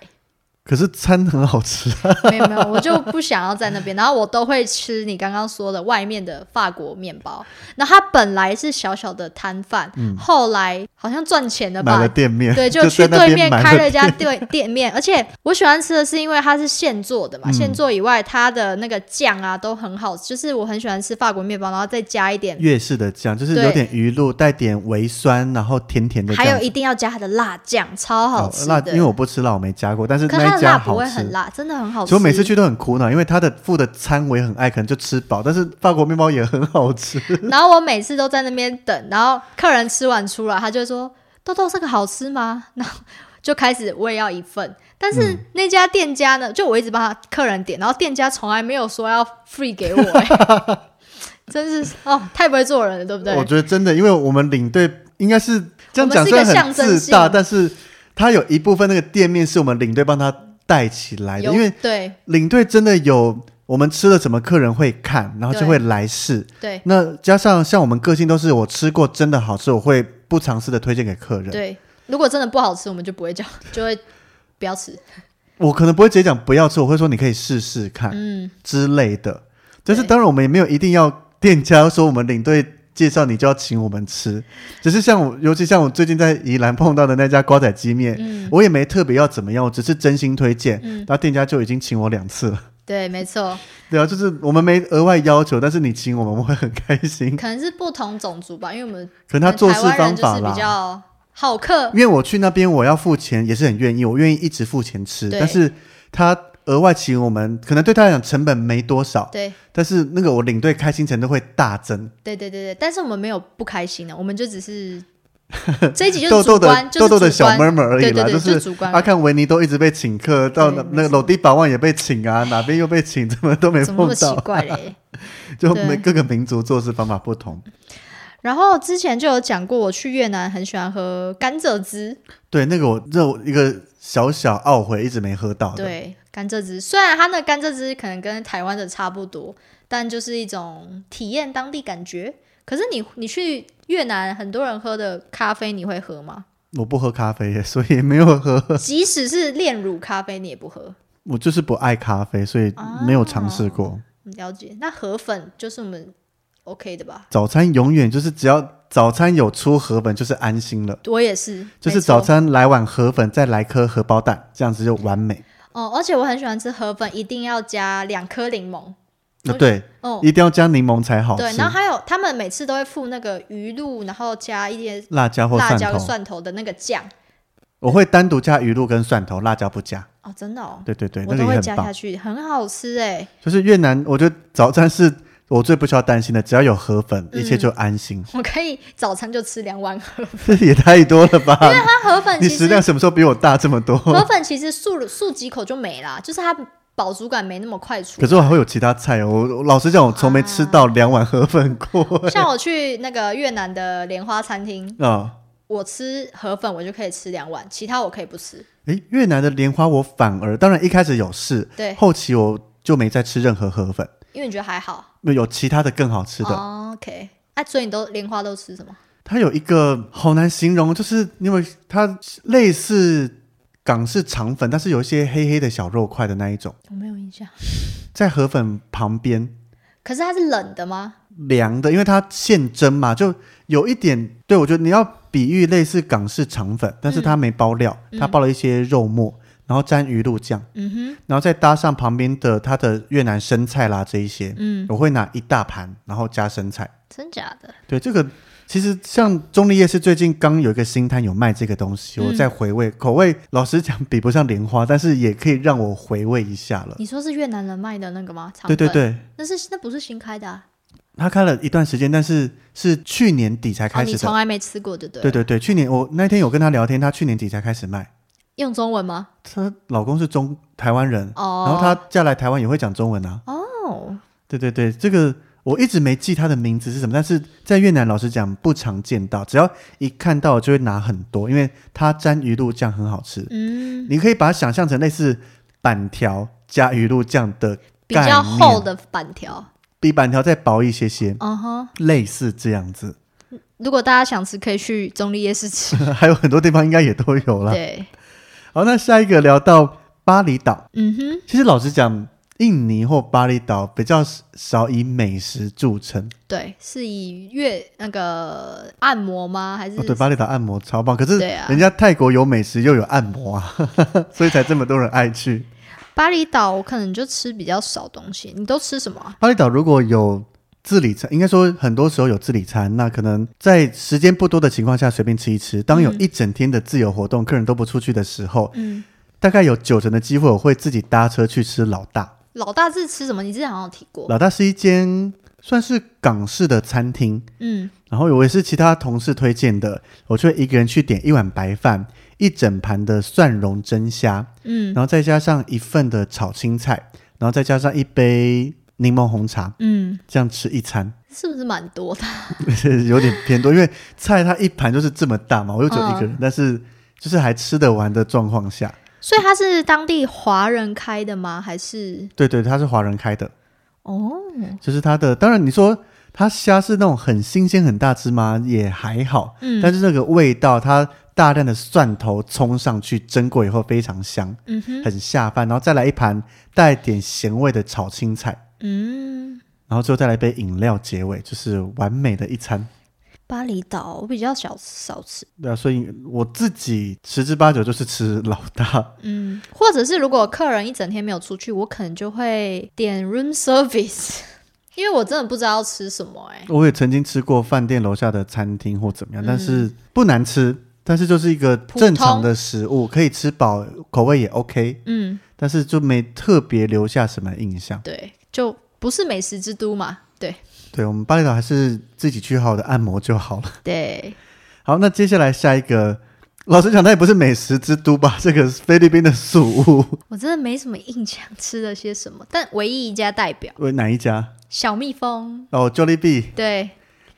可是餐很好吃，没有没有，我就不想要在那边。然后我都会吃你刚刚说的外面的法国面包。那它本来是小小的摊贩，后来好像赚钱了嗯买了吧？店面， <laughs> 对，就在去那对边面买开了了一家店店面，而且我喜欢吃的是因为它是现做的嗯嘛，现做以外它的那个酱啊都很好，就是我很喜欢吃法国面包，然后再加一点粤式的酱，就是对有点鱼露，带点微酸，然后甜甜的酱还子。有一定要加它的辣酱，超好吃哦辣，的。因为我不吃辣，我没加过，但是可是它那的一家辣不好会吃很。辣，真的很好所吃。以我每次去都很苦恼，因为它的附的餐我也很爱，可能就吃饱，但是法国面包也很好吃。然后我每次都在那边等，然后客人吃完出来，他就会说：“豆豆这个好吃吗？”然后就开始我也要一份。但是嗯那家店家呢，就我一直帮他客人点，然后店家从来没有说要 free 给我、欸， <laughs> 真是哦，太不会做人了，对不对？我觉得真的，因为我们领队应该是这样我们讲，是一虽然个很象征自性大，但是它有一部分那个店面是我们领队帮他带起来的，有因为对领队真的有我们吃了什么，客人会看，然后就对会来试。对那加上像我们个性都是我吃过真的好吃，我会不尝试的推荐给客人。对，如果真的不好吃，我们就不会叫，就会不要吃。我可能不会直接讲不要吃，我会说你可以试试看、嗯，之类的。但是对当然我们也没有一定要店家说我们领队介绍你就要请我们吃，只是像我，尤其像我最近在宜兰碰到的那家瓜仔鸡面，嗯我也没特别要怎么样，我只是真心推荐，然后店家就已经请我两次了。对，没错。对啊，就是我们没额外要求，但是你请我们，我们会很开心。可能是不同种族吧，因为我们嗯可能他做事台湾方人法就是啦，比较好客，因为我去那边我要付钱也是很愿意，我愿意一直付钱吃，对但是他额外请我们，可能对他来讲成本没多少，对但是那个我领队开心程度会大增。对对对对，但是我们没有不开心的，我们就 <laughs> 只是这一集就豆是主豆的观，就是豆豆的主小观 murmur 而已啦，对对对是就主观阿啊看维尼都一直被请客，到对没那个错楼地百万也被请啊，哪边又被 <laughs> 请，怎么都没怎碰么那么奇到，<laughs> 怪嘞？就对每各个民族做事方法不同。然后之前就有讲过，我去越南很喜欢喝甘蔗汁，对，那个我这我一个小小懊悔，一直没喝到的。对，甘蔗汁，虽然它那甘蔗汁可能跟台湾的差不多，但就是一种体验当地感觉。可是你你去越南，很多人喝的咖啡你会喝吗？我不喝咖啡耶，所以没有喝。即使是炼乳咖啡，你也不喝。我就是不爱咖啡，所以没有尝试过。嗯了解，那河粉就是我们 OK 的吧？早餐永远就是只要早餐有出河粉就是安心了，我也是，就是没错早餐来碗河粉，再来颗荷包蛋，这样子就完美。哦，而且我很喜欢吃河粉，一定要加两颗柠檬。啊，对，哦，一定要加柠檬才好吃对，。然后还有他们每次都会附那个鱼露，然后加一些辣椒或辣蒜椒头，跟蒜头的那个酱。我会单独加鱼露跟蒜头，辣椒不加。哦，真的哦，对对对，我那个都也会很加棒下。去，很好吃哎。就是越南，我觉得早餐是我最不需要担心的，只要有河粉，嗯一切就安心。 <laughs> <laughs> 我可以早餐就吃两碗河粉。这也太多了 <laughs> 吧？它河粉 <laughs> 你其食实量什么时候比我大这么多？ <laughs> 河粉其实漱漱几口就没啦，就是它饱足感没那么快出可来。 <laughs> 是我还会有其他菜哦。我我老实讲，我从没吃到两碗河粉 <laughs> 过。 <laughs> 像我去那个越南的莲花餐厅，啊，我吃河粉我就可以吃两碗，其他我可以不吃。诶，越南的莲花我反而，当然一开始有试，对后期我就没再吃任何河粉，因为你觉得还好。有其他的更好吃的。哦 OK，啊，所以你都莲花都吃什么？它有一个好难形容，就是因为它类似港式肠粉，但是有一些黑黑的小肉块的那一种，我没有印象。在河粉旁边可是它是冷的吗？凉的，因为它现蒸嘛，就有一点。对我觉得你要比喻类似港式肠粉，但是它没包料，它包了一些肉末，然后沾鱼露酱，嗯然后再搭上旁边的它的越南生菜啦这一些哼，，嗯，我会拿一大盘，然后加生菜。真假的？对，这个其实像中立夜市最近刚有一个新摊有卖这个东西，嗯我在回味，口味老实讲比不上莲花，但是也可以让我回味一下了。你说是越南人卖的那个吗？肠对粉对，对，那是那不是新开的啊？他开了一段时间，但是是去年底才哦，开你始的。从来没吃过，对不对？对，对对，去年我那天有跟他聊天，他去年底才开始卖。用中文吗？她老公是中台湾人，哦，然后她嫁来台湾也会讲中文啊。哦，对对对，这个我一直没记她的名字是什么，但是在越南老实讲不常见到，只要一看到我就会拿很多，因为它沾鱼露酱很好吃。嗯，你可以把它想象成类似板条加鱼露酱的比概较念厚，的板条。比板条再薄一些些，嗯哼，类似这样子。 <laughs> 如果大家想吃，可以去中立夜市吃。还有很多地方应该也都有啦。对，好，那下一个聊到巴厘岛，嗯哼，其实老实讲，印尼或巴厘岛比较少以美食著称。对，是以越那个按摩吗？还是哦、对，巴厘岛按摩超棒，可是对啊人家泰国有美食又有按摩啊， <laughs> 所以才这么多人爱去。巴厘岛？我可能就吃比较少东西。你都吃什么啊？巴厘岛如果有自理餐，应该说很多时候有自理餐，那可能在时间不多的情况下随便吃一吃。当有一整天的自由活动，客人都不出去的时候，嗯，大概有九成的机会我会自己搭车去吃老大。老大是吃什么？你之前好像有提过。老大是一间算是港式的餐厅，嗯，然后我也是其他同事推荐的，我就会一个人去点一碗白饭，一整盘的蒜蓉蒸虾，嗯然后再加上一份的炒青菜，然后再加上一杯柠檬红茶，嗯，这样吃一餐。 <laughs> 是不是蛮多的？有点偏多，因为菜它一盘就是这么大嘛，我又只有一个嗯人，但是就是还吃得完的状况下，所以它是当地华人开的吗？还是对对，它是华人开的，哦，就是它的。当然你说它虾是那种很新鲜很大只吗？也还好，嗯但是那个味道，它大量的蒜头冲上去蒸过以后非常香，嗯哼，很下饭，然后再来一盘带点咸味的炒青菜，嗯，然后最后再来一杯饮料结尾，就是完美的一餐。巴厘岛我比较少少吃。对啊，所以我自己十之八九就是吃老大。嗯，或者是如果客人一整天没有出去，我可能就会点 room service，因 <laughs> 为我真的不知道要吃什么、欸。我也曾经吃过饭店楼下的餐厅或怎么样，嗯但是不难吃，但是就是一个正常的食物，可以吃饱，口味也 OK，嗯，但是就没特别留下什么印象。对，就不是美食之都嘛。对对我们巴厘岛还是自己去好好的按摩就好了。 <laughs> 对，好，那接下来下一个，老实讲，它也不是美食之都吧？这个菲律宾的宿务，我真的没什么印象吃了些什么，但唯一一家代表为哪一家？小蜜蜂，哦，Jollibee，对，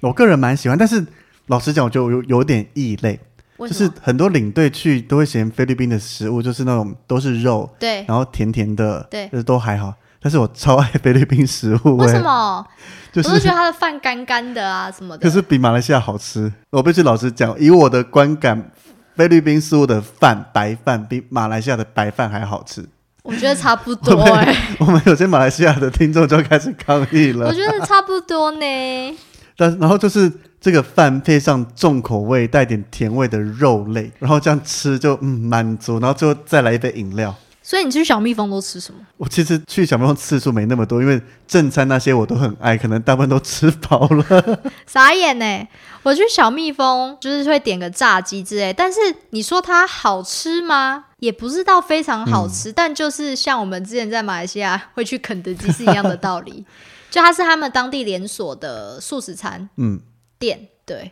我个人蛮喜欢，但是老实讲，我就有有点异类，为就什么？是很多领队去都会嫌菲律宾的食物就是那种都是肉，对，然后甜甜的，对就是都还好。但是我超爱菲律宾食物、欸，为什？么？就我都觉是得它的饭干干的啊什么的。可是比马来西亚好吃。我必须老实讲，以我的观感，菲律宾食物的饭白饭比马来西亚的白饭还好吃。我觉得差不 <laughs> 多我们哎、我们有些马来西亚的听众就开始抗议我了。觉得差不多呢。但然后就是这个饭配上重口味、带点甜味的肉类，然后这样吃就嗯满足，然后最后再来一杯饮料。所以你去小蜜蜂都吃什么？我其实去小猫次数没那么多，因为正餐那些我都很爱，可能大部分都吃饱了。 <laughs> 傻眼欸呢、我去小蜜蜂就是会点个炸鸡之类，但是你说它好吃吗？也不是到非常好吃，嗯但就是像我们之前在马来西亚 <laughs> 会去肯德基是一样的道 <laughs> 理，就它是他们当地连锁的素食餐嗯，店，对。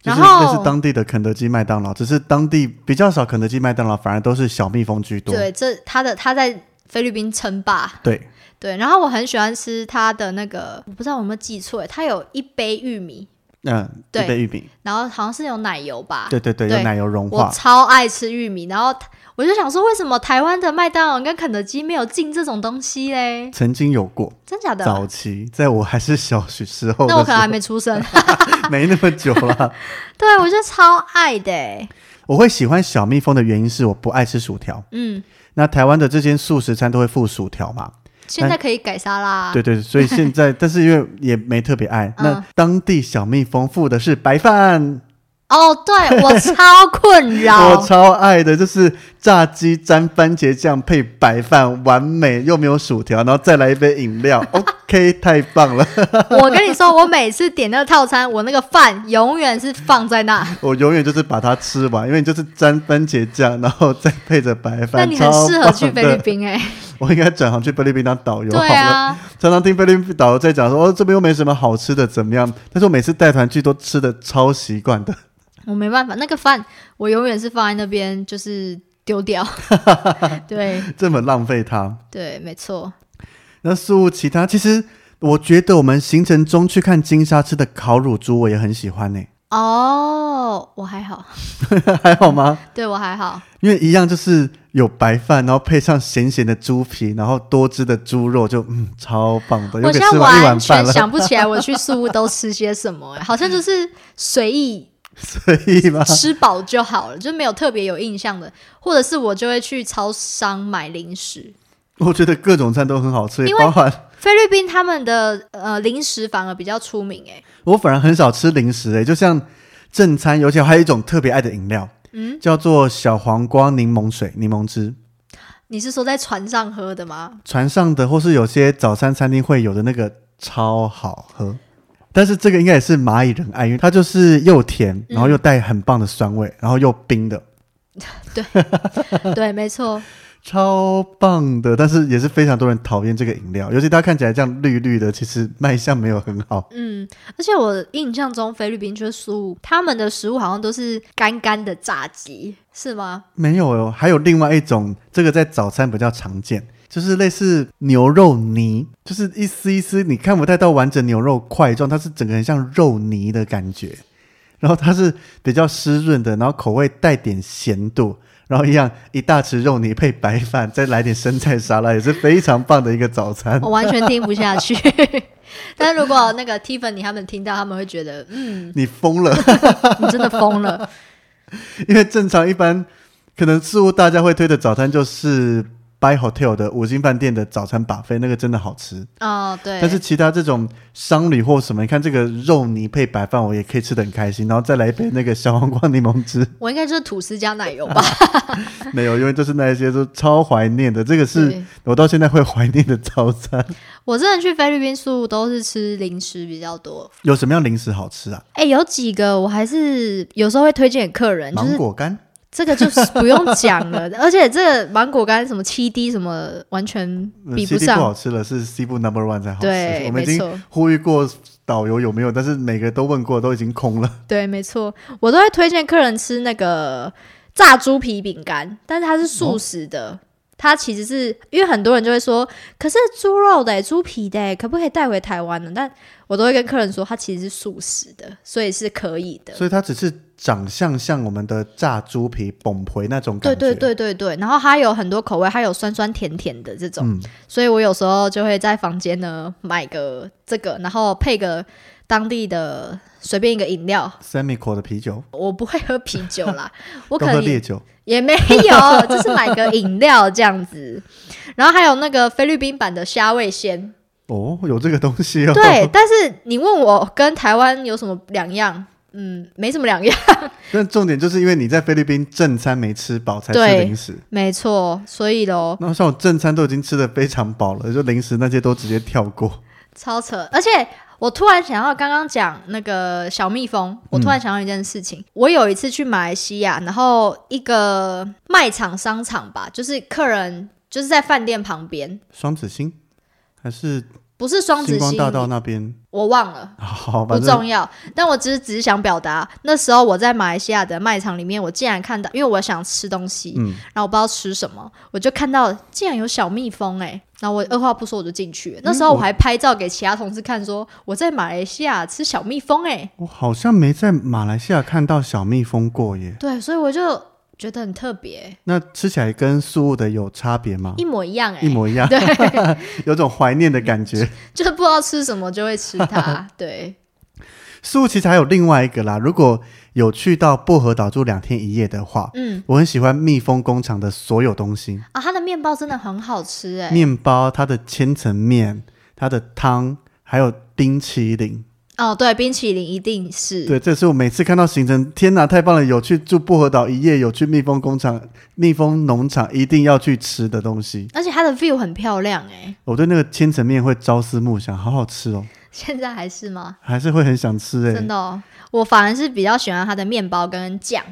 就然是那后是当地的肯德基、麦当劳，只是当地比较少肯德基、麦当劳，反而都是小蜜蜂居多。对，这它的它在菲律宾称霸。对，对，然后我很喜欢吃它的那个，我不知道我有没有记错，它有一杯玉米，嗯，对一杯玉米，然后好像是有奶油吧。对对对，对用奶油融我化，超爱吃玉米，然后我就想说，为什么台湾的麦当劳跟肯德基没有进这种东西嘞？曾经有过。真假的？早期，在我还是小学时候的时候，那我可能还没 <laughs> 出生。没那么久了。对，我就超爱的欸、我会喜欢小蜜蜂的原因是我不爱吃薯条。嗯，那台湾的这间素食餐都会附薯条嘛？现在可以改沙拉。哎对对，所以现在，但是因为也没特别爱。那啊嗯当地小蜜蜂附的是白饭，哦，对我超困扰。 <laughs> 我超爱的，就是炸鸡沾番茄酱配白饭，完美又没有薯条，然后再来一杯饮 <laughs> 料，OK，太棒了！我跟你说，我每次点那个套餐，我那个饭永远是放在那。我永远就是把它吃完，因为你就是沾番茄酱，然后再配着白那饭，你很超适合棒去的菲律宾哎、我应该转行去菲律宾当导游好对了。啊，常常听菲律宾导游在讲说，哦，这边又没什么好吃的，怎么样？但是我每次带团去都吃的超习惯的。我没办法，那个饭我永远是放在那边，就是 <laughs> 丢掉。对这么浪费它。对，没错。 <laughs> 那素物其他，其实我觉得我们行程中去看金沙吃的烤乳猪，我也很喜欢呢、欸哦，我还好， <laughs> 还好吗？ <laughs> 对我还好。因为一样就是有白饭，然后配上咸咸的猪皮，然后多汁的猪肉就，嗯超棒的，又我可现以在吃完一完碗饭全了， <laughs> 想不起来我去宿屋都吃些什么、欸，好像就是 <laughs> 随意所以嘛，吃饱就好了，就没有特别有印象的。或者是我就会去超商买零食。我觉得各种餐都很好吃，因为包含菲律宾他们的呃零食反而比较出名哎、我反而很少吃零食欸诶、就像正餐，尤其还有一种特别爱的饮料，嗯叫做小黄瓜柠檬水、柠檬汁。你是说在船上喝 <laughs> 的吗？船上的或是有些早餐餐厅会有的那个超好喝。但是这个应该也是蚂蚁人爱，因为它就是又甜，然后又带很棒的酸味，然后又冰的，对，没错。超棒的。但是也是非常多人讨厌这个饮料，尤其它看起来这样绿绿的，其实卖相没有很好。嗯，而且我印象中菲律宾就是食物，他们的食物好像都是干干的炸鸡，是吗？没有哦，还有另外一种，这个在早餐比较常见，就是类似牛肉泥，就是一丝一丝你看不太到完整牛肉块状，它是整个很像肉泥的感觉，然后它是比较湿润的，然后口味带点咸度，然后一样一大匙肉泥配白饭，再来点生菜沙拉，也是非常棒的一个早餐我。完全听不下去。 <laughs> 但如果那个 Tiffany 他们听到，他们会觉得，嗯，你疯了，你真的疯了。因为正常一般可能似乎大家会推的早餐就是。By Hotel 的五星饭店的早餐把费，那个真的好吃。哦，对。但是其他这种商旅或什么，你看这个肉泥配白饭，我也可以吃的很开心，然后再来一杯那个小黄瓜柠檬汁， <laughs> 我应该就是吐司加奶油吧？没有，因为就是那一些都超怀念的，这个是对我到现在会怀念的早餐。我真的去菲律宾宿务都是吃零食比较多。有什么样零食好吃啊？哎、有几个我还是有时候会推荐给客人，就芒是果干，这 <laughs> 个就是不用讲了，而且这个芒果干什么七 D 什么完全嗯比 CD 不不上，好吃了，是西部 Number One 才好吃。对我们已没经错呼吁过导游有没有，但是每个都问过，都已经空了。对，没错，我都会推荐客人吃那个炸猪皮饼干，但是它是素食的。它其实是因为很多人就会说，可是猪肉的、猪皮的，可不可以带回台湾呢？但我都会跟客人说，它其实是素食的，所以是可以的。所以它只是长相像我们的炸猪皮、崩皮那种感对觉。对对对对，然后它有很多口味，它有酸酸甜甜的这种，嗯所以我有时候就会在房间呢买个这个，然后配个当地的随便一个饮料。 ，Semico 的啤酒，我不会喝啤酒 <laughs> 啦，我都可喝能也烈酒。也没有， <laughs> 就是买个饮料这样子。然后还有那个菲律宾版的虾味鲜，哦，有这个东西哦。对。但是你问我跟台湾有什么两样？嗯，没什么两样， <laughs> 但重点就是因为你在菲律宾正餐没吃饱才吃对零食，没错。所以咯，然后像我正餐都已经吃的非常饱了，就零食那些都直接跳过。 <laughs> 超扯。而且我突然想到，刚刚讲那个小蜜嗯蜂，我突然想到一件事情。我有一次去马来西亚，然后一个卖场商场吧，就是客人就是在饭店旁边，双子星还是不是双星子光星大道那边，我忘了。好，不反重正要，但我只是只是想表达，那时候我在马来西亚的卖场里面，我竟然看到，因为我想吃东西，嗯然后我不知道吃什么，我就看到竟然有小蜜蜂哎、然后我二话不说我就进去了。那嗯时候我还拍照给其他同事看说，我在马来西亚吃小蜜蜂哎、我好像没在马来西亚看到小蜜蜂过耶。对，所以我就觉得很特别，那吃起来跟素物的有差别吗一？模一样哎、一模一样，对， <laughs> 有种怀念的感觉。 <laughs> 就是不知道吃什么就会吃它， <laughs> 对，素物其实还有另外一个啦，如果有去到薄荷岛住两天一夜的话，嗯，我很喜欢蜜蜂工厂的所有东西，啊，它的面包真的很好吃哎、面包、它的千层面、它的汤，还有冰淇淋。哦，对，冰淇淋一定是，对，这是我每次看到行程，天哪，太棒了！有去住薄荷岛一夜，有去蜜蜂工厂、蜜蜂农场，一定要去吃的东西。而且它的 view 很漂亮哎、我对那个千层面会朝思暮想，好好吃哦，现在还是吗？还是会很想吃哎、真的、哦，我反而是比较喜欢它的面包跟酱，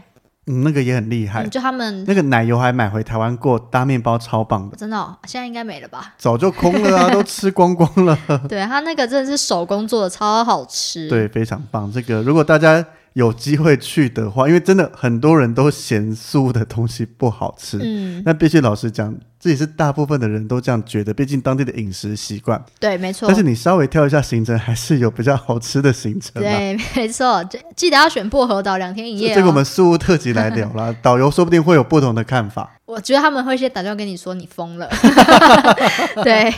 嗯，那个也很厉害，嗯，就他们那个奶油还买回台湾过，搭面包超棒的，真的、哦、现在应该没了吧？早就空了 <laughs> 啊，都吃光光了。对，它那个真的是手工做的，超好吃。，对，非常棒。这个如果大家有机会去的话，因为真的很多人都嫌素的东西不好吃，嗯，那必须老实讲，这也是大部分的人都这样觉得，毕竟当地的饮食习惯。对，没错但。是你稍微挑一下行程，还是有比较好吃的行程啦。对， <laughs> 没错，就记得要选薄荷岛两天一夜、哦。这个我们素物特辑来聊啦，导游说不定会有不同的看法。我觉得他们会先打电话跟你说你 <laughs> 疯了。对，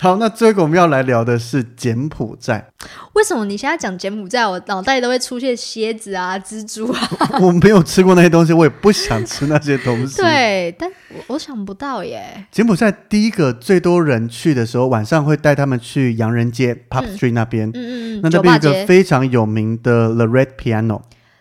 好，那最后一个我们要来聊的是柬埔寨， <laughs> 为什么你现在讲柬埔寨，我脑袋都会出现蝎子啊、蜘蛛啊？我没有吃过那些东西，我也不想吃那些东西。， <laughs> 对，但我我想不到耶。柬埔寨第一个最多人去的时候，晚上会带他们去洋人街 Pub Street 那边，嗯那嗯嗯，那酒边吧有一街个。非常有名的 The Red Piano，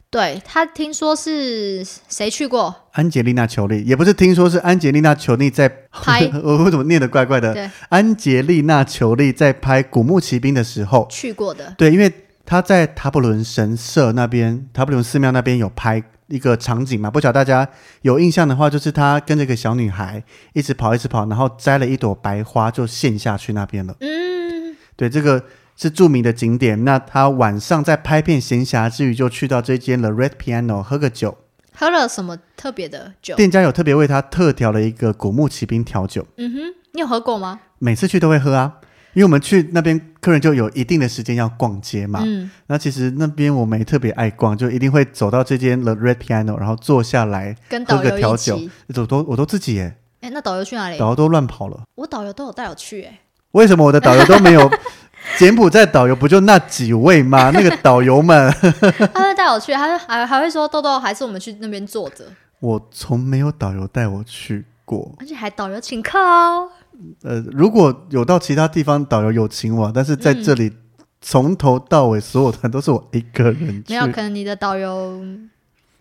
对他听说是谁去过？安吉丽娜·裘丽，也不是听说是安吉丽娜·裘丽在拍 <laughs> 我为什么念的怪怪的？对，安吉丽娜·裘丽在拍《古墓奇兵》的时候，去过的。对，因为她在塔布伦神社那边、塔布伦寺庙那边有拍一个场景嘛，不晓得大家有印象的话，就是她跟这个小女孩一直跑，一直跑，然后摘了一朵白花就陷下去那边了。嗯，对，这个是著名的景点。那她晚上在拍片闲暇之余，就去到这间 The Red Piano 喝个酒，喝了什么特别的酒？店家有特别为她特调了一个古墓奇兵调酒。嗯哼，你有喝过吗？每次去都会喝啊，因为我们去那边客人就有一定的时间要逛街嘛。嗯，那其实那边我没特别爱逛，就一定会走到这间 The Red Piano，然后坐下来跟导喝个游调一酒起。。我都我都自己耶，哎，那导游去哪里？导游都乱跑了。我导游都有带我去，哎， <laughs> 为什么我的导游都没有？柬埔寨导游不就那几位吗？那个导游们， <laughs> 他会带我去，他会还还会说豆豆，还是我们去那边坐着，我从没有导游带我去过。而且还导游请客哦。呃，如果有到其他地方导游有请我，但是在这嗯里、从头到尾所有团都是我一个人去没，有，可能你的导游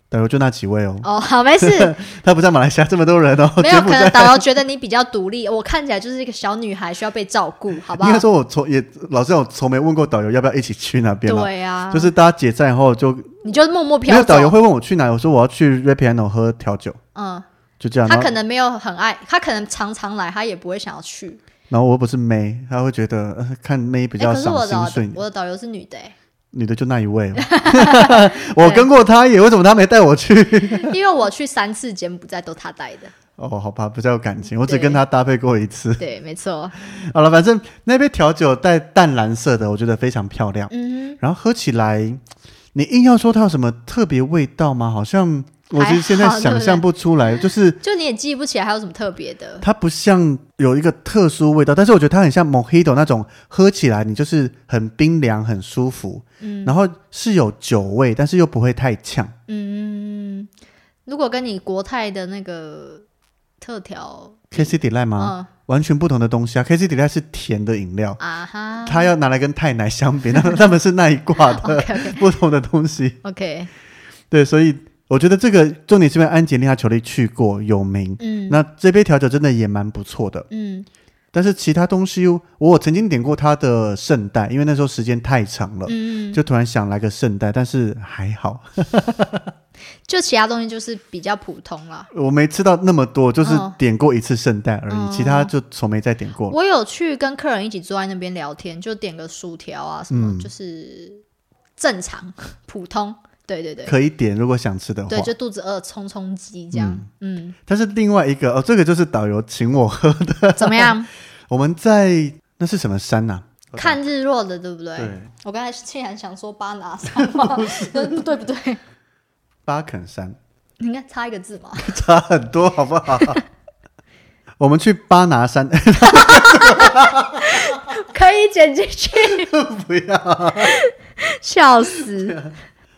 导游就那几位哦。 <laughs> 哦，好没事，他不像马来西亚这么多人哦， <laughs> 没有柬埔可寨能导游觉得你比较独立，我看起来就是一个小女孩，需要被照 <laughs> 顾，好不好应该？说我从也老师我从没问过导游要不要一起去那边嘛，对啊，就是大家结账后就你就默默没飘有走。导游会问我去哪，我说我要去 r e Piano 喝调酒，嗯，就这样。他然可后能没有很爱，他可能常常来，他也不会想要去。然后我又不是妹，他会觉得、呃看妹比哎，较可是赏我心的顺我的导游是女的、欸，女的就那一位 <laughs> 哦，我跟过她也，为什么她没带我去？因为我去三次柬埔寨都他带的。哦，好吧，比较有感情，我只对跟她搭配过一次。对，没错。好了，反正那杯调酒带淡蓝色的，我觉得非常漂亮。嗯然后喝起来，你硬要说它有什么特别味道吗？好像我其实现在还好想象不出来，就是哼，就你也记不起来还有什么特别的。它不像有一个特殊味道，但是我觉得它很像 Mojito 那种，喝起来你就是很冰凉、很舒服，嗯然后是有酒味，但是又不会太呛。嗯，如果跟你国泰的那个特调， K C Delight 吗？嗯完全不同的东西啊！K C Delight 是甜的饮料，啊哈它要拿来跟太奶相 <laughs> 比，那他们是那一挂的哦，OK OK 不同的东西。 OK，对，所以我觉得这个重点是 <laughs> 因为安吉丽娜·裘丽去过有名，嗯那这杯调酒真的也蛮不错的，嗯，但是其他东西，我曾经点过它的圣代，因为那时候时间太长了，嗯，就突然想来个圣代，但是还好，就其他东西就是比较普通啦。我没吃到那么多，就是哦点过一次圣代而已，哦其他就从没再点过了。我有去跟客人一起坐在那边聊天，就点个薯条啊什么，嗯就是正常普通。对对对，可以点，如果想吃的话。对，就肚子饿充充饥这样。嗯，但是另外一个哦，这个就是导游请我喝的。怎么样？我们在那是什么山啊呐、看日落的，对不对？对我刚才竟然想说巴拿山 <laughs> 吗？不对不对，巴肯山， <laughs> 你应该差一个字嘛。差很多，好不好？ <laughs> 我们去巴拿山， <laughs> 可以剪进去， <laughs> 不要。笑死！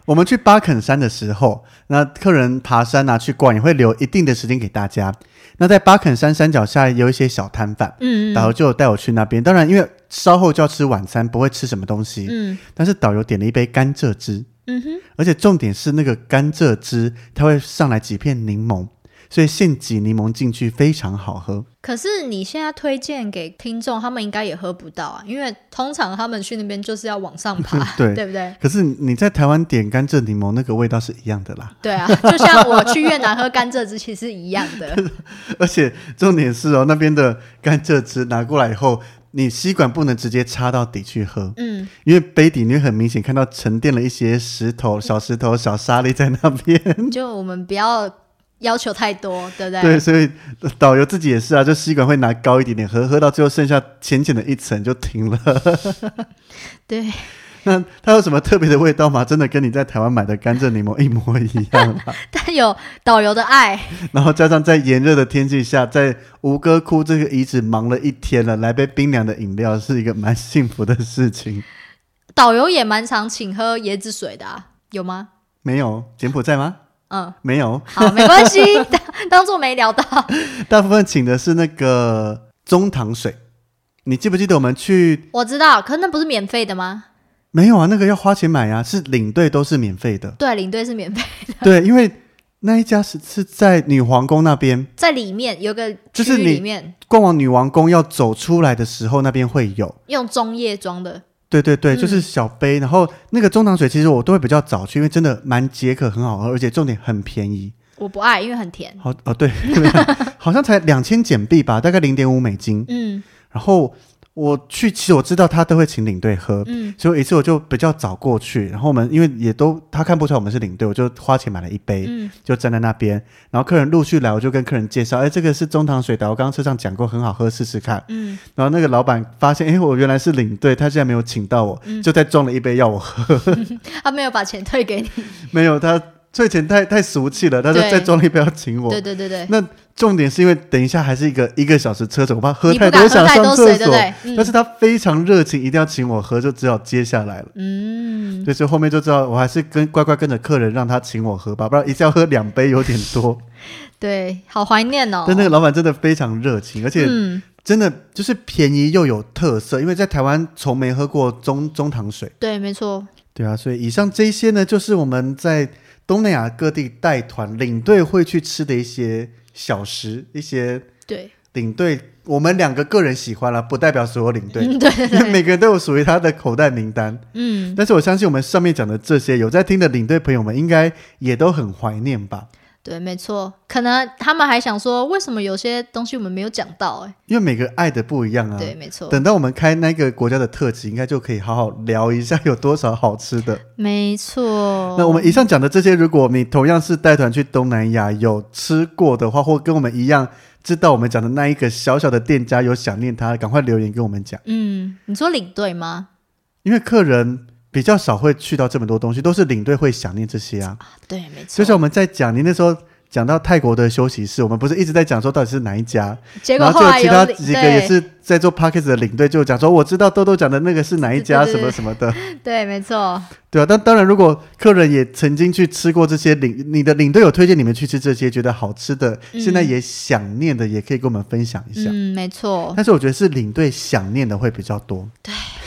我们去巴肯山的时候，那客人爬山啊去逛，也会留一定的时间给大家。那在巴肯山山脚下有一些小摊贩，嗯导游就有带我去那边。当然，因为稍后就要吃晚餐，不会吃什么东西。嗯但是导游点了一杯甘蔗汁，嗯哼，而且重点是那个甘蔗汁，它会上来几片柠檬，所以现挤柠檬进去非常好喝。可是你现在推荐给听众，他们应该也喝不到啊，因为通常他们去那边就是要往上爬 <laughs> ，对对不对？可是你在台湾点甘蔗柠檬，那个味道是一样的啦。对啊，就像我去越南喝甘蔗汁其实是一样 <laughs> 的，而且重点是哦，那边的甘蔗汁拿过来以后，你吸管不能直接插到底去喝，嗯，因为杯底你会很明显看到沉淀了一些石头、小石头、小沙粒在那边。就我们不要要求太多，对不对？对，所以导游自己也是啊，就吸管会拿高一点点喝，喝到最后剩下浅浅的一层就停了。 <laughs> 对那它有什么特别的味道吗？真的跟你在台湾买的甘蔗柠檬一模一样啊、 <laughs> 但有导游的爱，然后加上在炎热的天气下，在吴哥窟这个遗址忙了一天了，来杯冰凉的饮料是一个蛮幸福的事情。导游也蛮常请喝椰子水的、啊，有吗？没有柬埔寨吗？嗯，没有，好，没 <laughs> 关系，当当做没聊到。大部分请的是那个中糖水。你记不记得我们去？我知道，可那不是免费的吗？没有啊，那个要花钱买啊，是领队都是免费 <laughs>。的对，啊领队是免费，对，因为那一家是是在女皇宫那边，在里面有个就是区域你里面逛完女王宫要走出来的时候，那边会有。用中叶装的，对对对，嗯就是小杯，然后那个中糖水其实我都会比较早去，因为真的蛮解渴，很好喝，而且重点很便宜。我不爱，因为很甜。好哦，对， <laughs> 好像才两千柬币吧，大概零点五美金。嗯然后我去，其实我知道他都会请领队喝，嗯，所以有一次我就比较早过去，然后我们因为也都他看不出来我们是领队，我就花钱买了一杯，嗯就站在那边，然后客人陆续来，我就跟客人介绍，哎，这个是中糖水的，我刚刚车上讲过，很好喝，试试看。嗯，然后那个老板发现，哎，我原来是领队，他竟然没有请到我，嗯就再装了一杯要我喝。他啊没有把钱退给你。没有，他退钱太太俗气了，他说对再装了一杯要请我。对对对对，那重点是因为等一下还是一个一个小时车程，我怕喝你不太敢喝想太上多厕所。水，对不对？嗯但是他非常热情，一定要请我喝，就只好接下来了。嗯，对所以后面就知道，我还是跟乖乖跟着客人让他请我喝吧，不然一下喝两杯有点多。对，好怀念 <laughs> 哦。但那个老板真的非常热情，而且嗯，真的就是便宜又有特色，因为在台湾从没喝过中中糖水。对，没错。对啊，所以以上这些呢，就是我们在东南亚各地带团领队会去吃的一些小食，一些对，领队我们两个个人喜欢啦，不代表所有领队，嗯，对对 <laughs> 因为对，每个人都有属于他的口袋名单。嗯，但是我相信我们上面讲的这些，有在听的领队朋友们应该也都很怀念吧，对，没错。可能他们还想说，为什么有些东西我们没有讲到？哎，因为每个爱的不一样啊。对，没错，等到我们开那个国家的特辑，应该就可以好好聊一下有多少好吃的。没错。那我们以上讲的这些，如果你同样是带团去东南亚有吃过的话，或跟我们一样知道我们讲的那一个小小的店家有想念他，赶快留言跟我们讲，嗯，你说领队吗？因为客人比较少会去到这么多东西，都是领队会想念这些啊。对，没错。就像我们在讲，你那时候。讲到泰国的休息室，我们不是一直在讲说到底是哪一家，结然果后后就有来其有他领几个也是在做 p o c k e t 的领队就讲说，我知道豆豆讲的那个是哪一家什对对么对什么的，对对，没错。对啊，但当然，如果客人也曾经去吃过这些领，你的领队有推荐你们去吃这些觉得好吃的，嗯现在也想念的，也可以跟我们分享一下。嗯，没错。但是我觉得是领队想念的会比较多，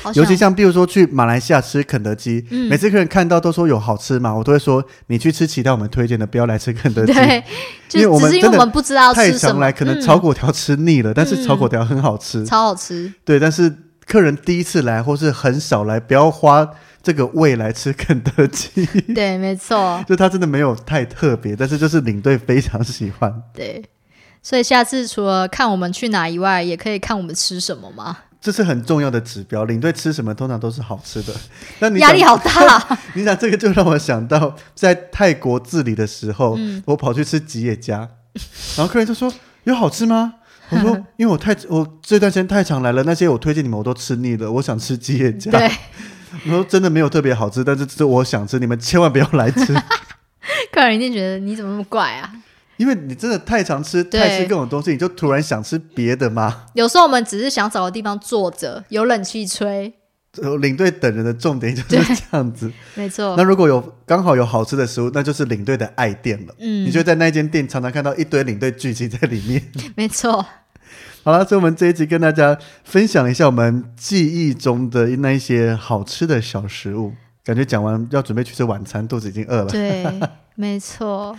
好好尤其想像比如说去马来西亚吃肯德基，哦嗯每次客人看到都说有好吃嘛，我都会说你去吃其他我们推荐的，不要来吃肯德基。对，就因为我只们是因为真的我们不知道太吃什常么，来可能嗯炒粿条吃腻了，但是炒嗯粿条很好吃。超好吃，对，但是客人第一次来或是很少来，不要花这个胃来吃肯德基。 <laughs> 对，没错，就它真的没有太特别，但是就是领队非常喜欢。对。所以下次除了看我们去哪以外，也可以看我们吃什么吗？这是很重要的指标，领队吃什么通常都是好吃的。那你压力讲好 <laughs> 大，啊你想这个就让我想到，在泰国自理的时候，嗯我跑去吃吉野家，然后客人就说：“有好吃吗？”我 <laughs> 说：“因为我太我这段时间太常来了，那些我推荐你们我都吃腻了，我想吃吉野家。”对，我说：“真的没有特别好吃，但是这我想吃，你们千万不要来 <laughs> 吃，客人一定觉得你怎么那么怪啊？因为你真的太常吃对泰式各种东西，你就突然想吃别的嘛。有时候我们只是想找个地方坐着，有冷气吹，呃领队等人的重点就是这样子。没错那，如果有刚好有好吃的食物，那就是领队的爱店了。嗯你就在那间店常常看到一堆领队聚集在里面。没错，好了，所以我们这一集跟大家分享一下我们记忆中的那一些好吃的小食物。感觉讲完要准备去吃晚餐，肚子已经饿了。对，没错，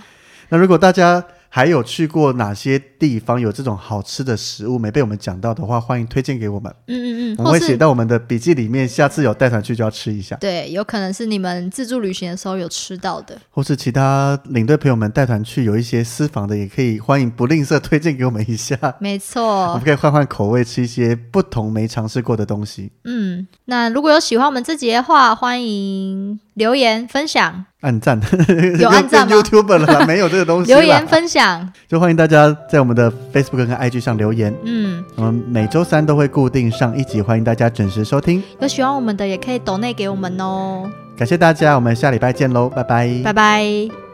那如果大家还有去过哪些地方有这种好吃的食物没被我们讲到的话，欢迎推荐给我们，嗯嗯嗯，我们或会写是到我们的笔记里面。下次有带团去就要吃一下，对，有可能是你们自助旅行的时候有吃到的，或是其他领队朋友们带团去有一些私房的，也可以欢迎不吝啬推荐给我们一下。没我 <laughs> 错们，可以换换口味，吃一些不同没尝试过的东西。嗯，那如果有喜欢我们这集的话，欢迎留言分享，按赞， <laughs> 有按赞吗 YouTube 了啦，没有这个东西啦。留言分享，就欢迎大家在我们的 Facebook 跟 IG 上留言。嗯，我们每周三都会固定上一集，欢迎大家准时收听。有喜欢我们的也可以抖内给我们哦，感谢大家，我们下礼拜见喽，拜拜拜拜。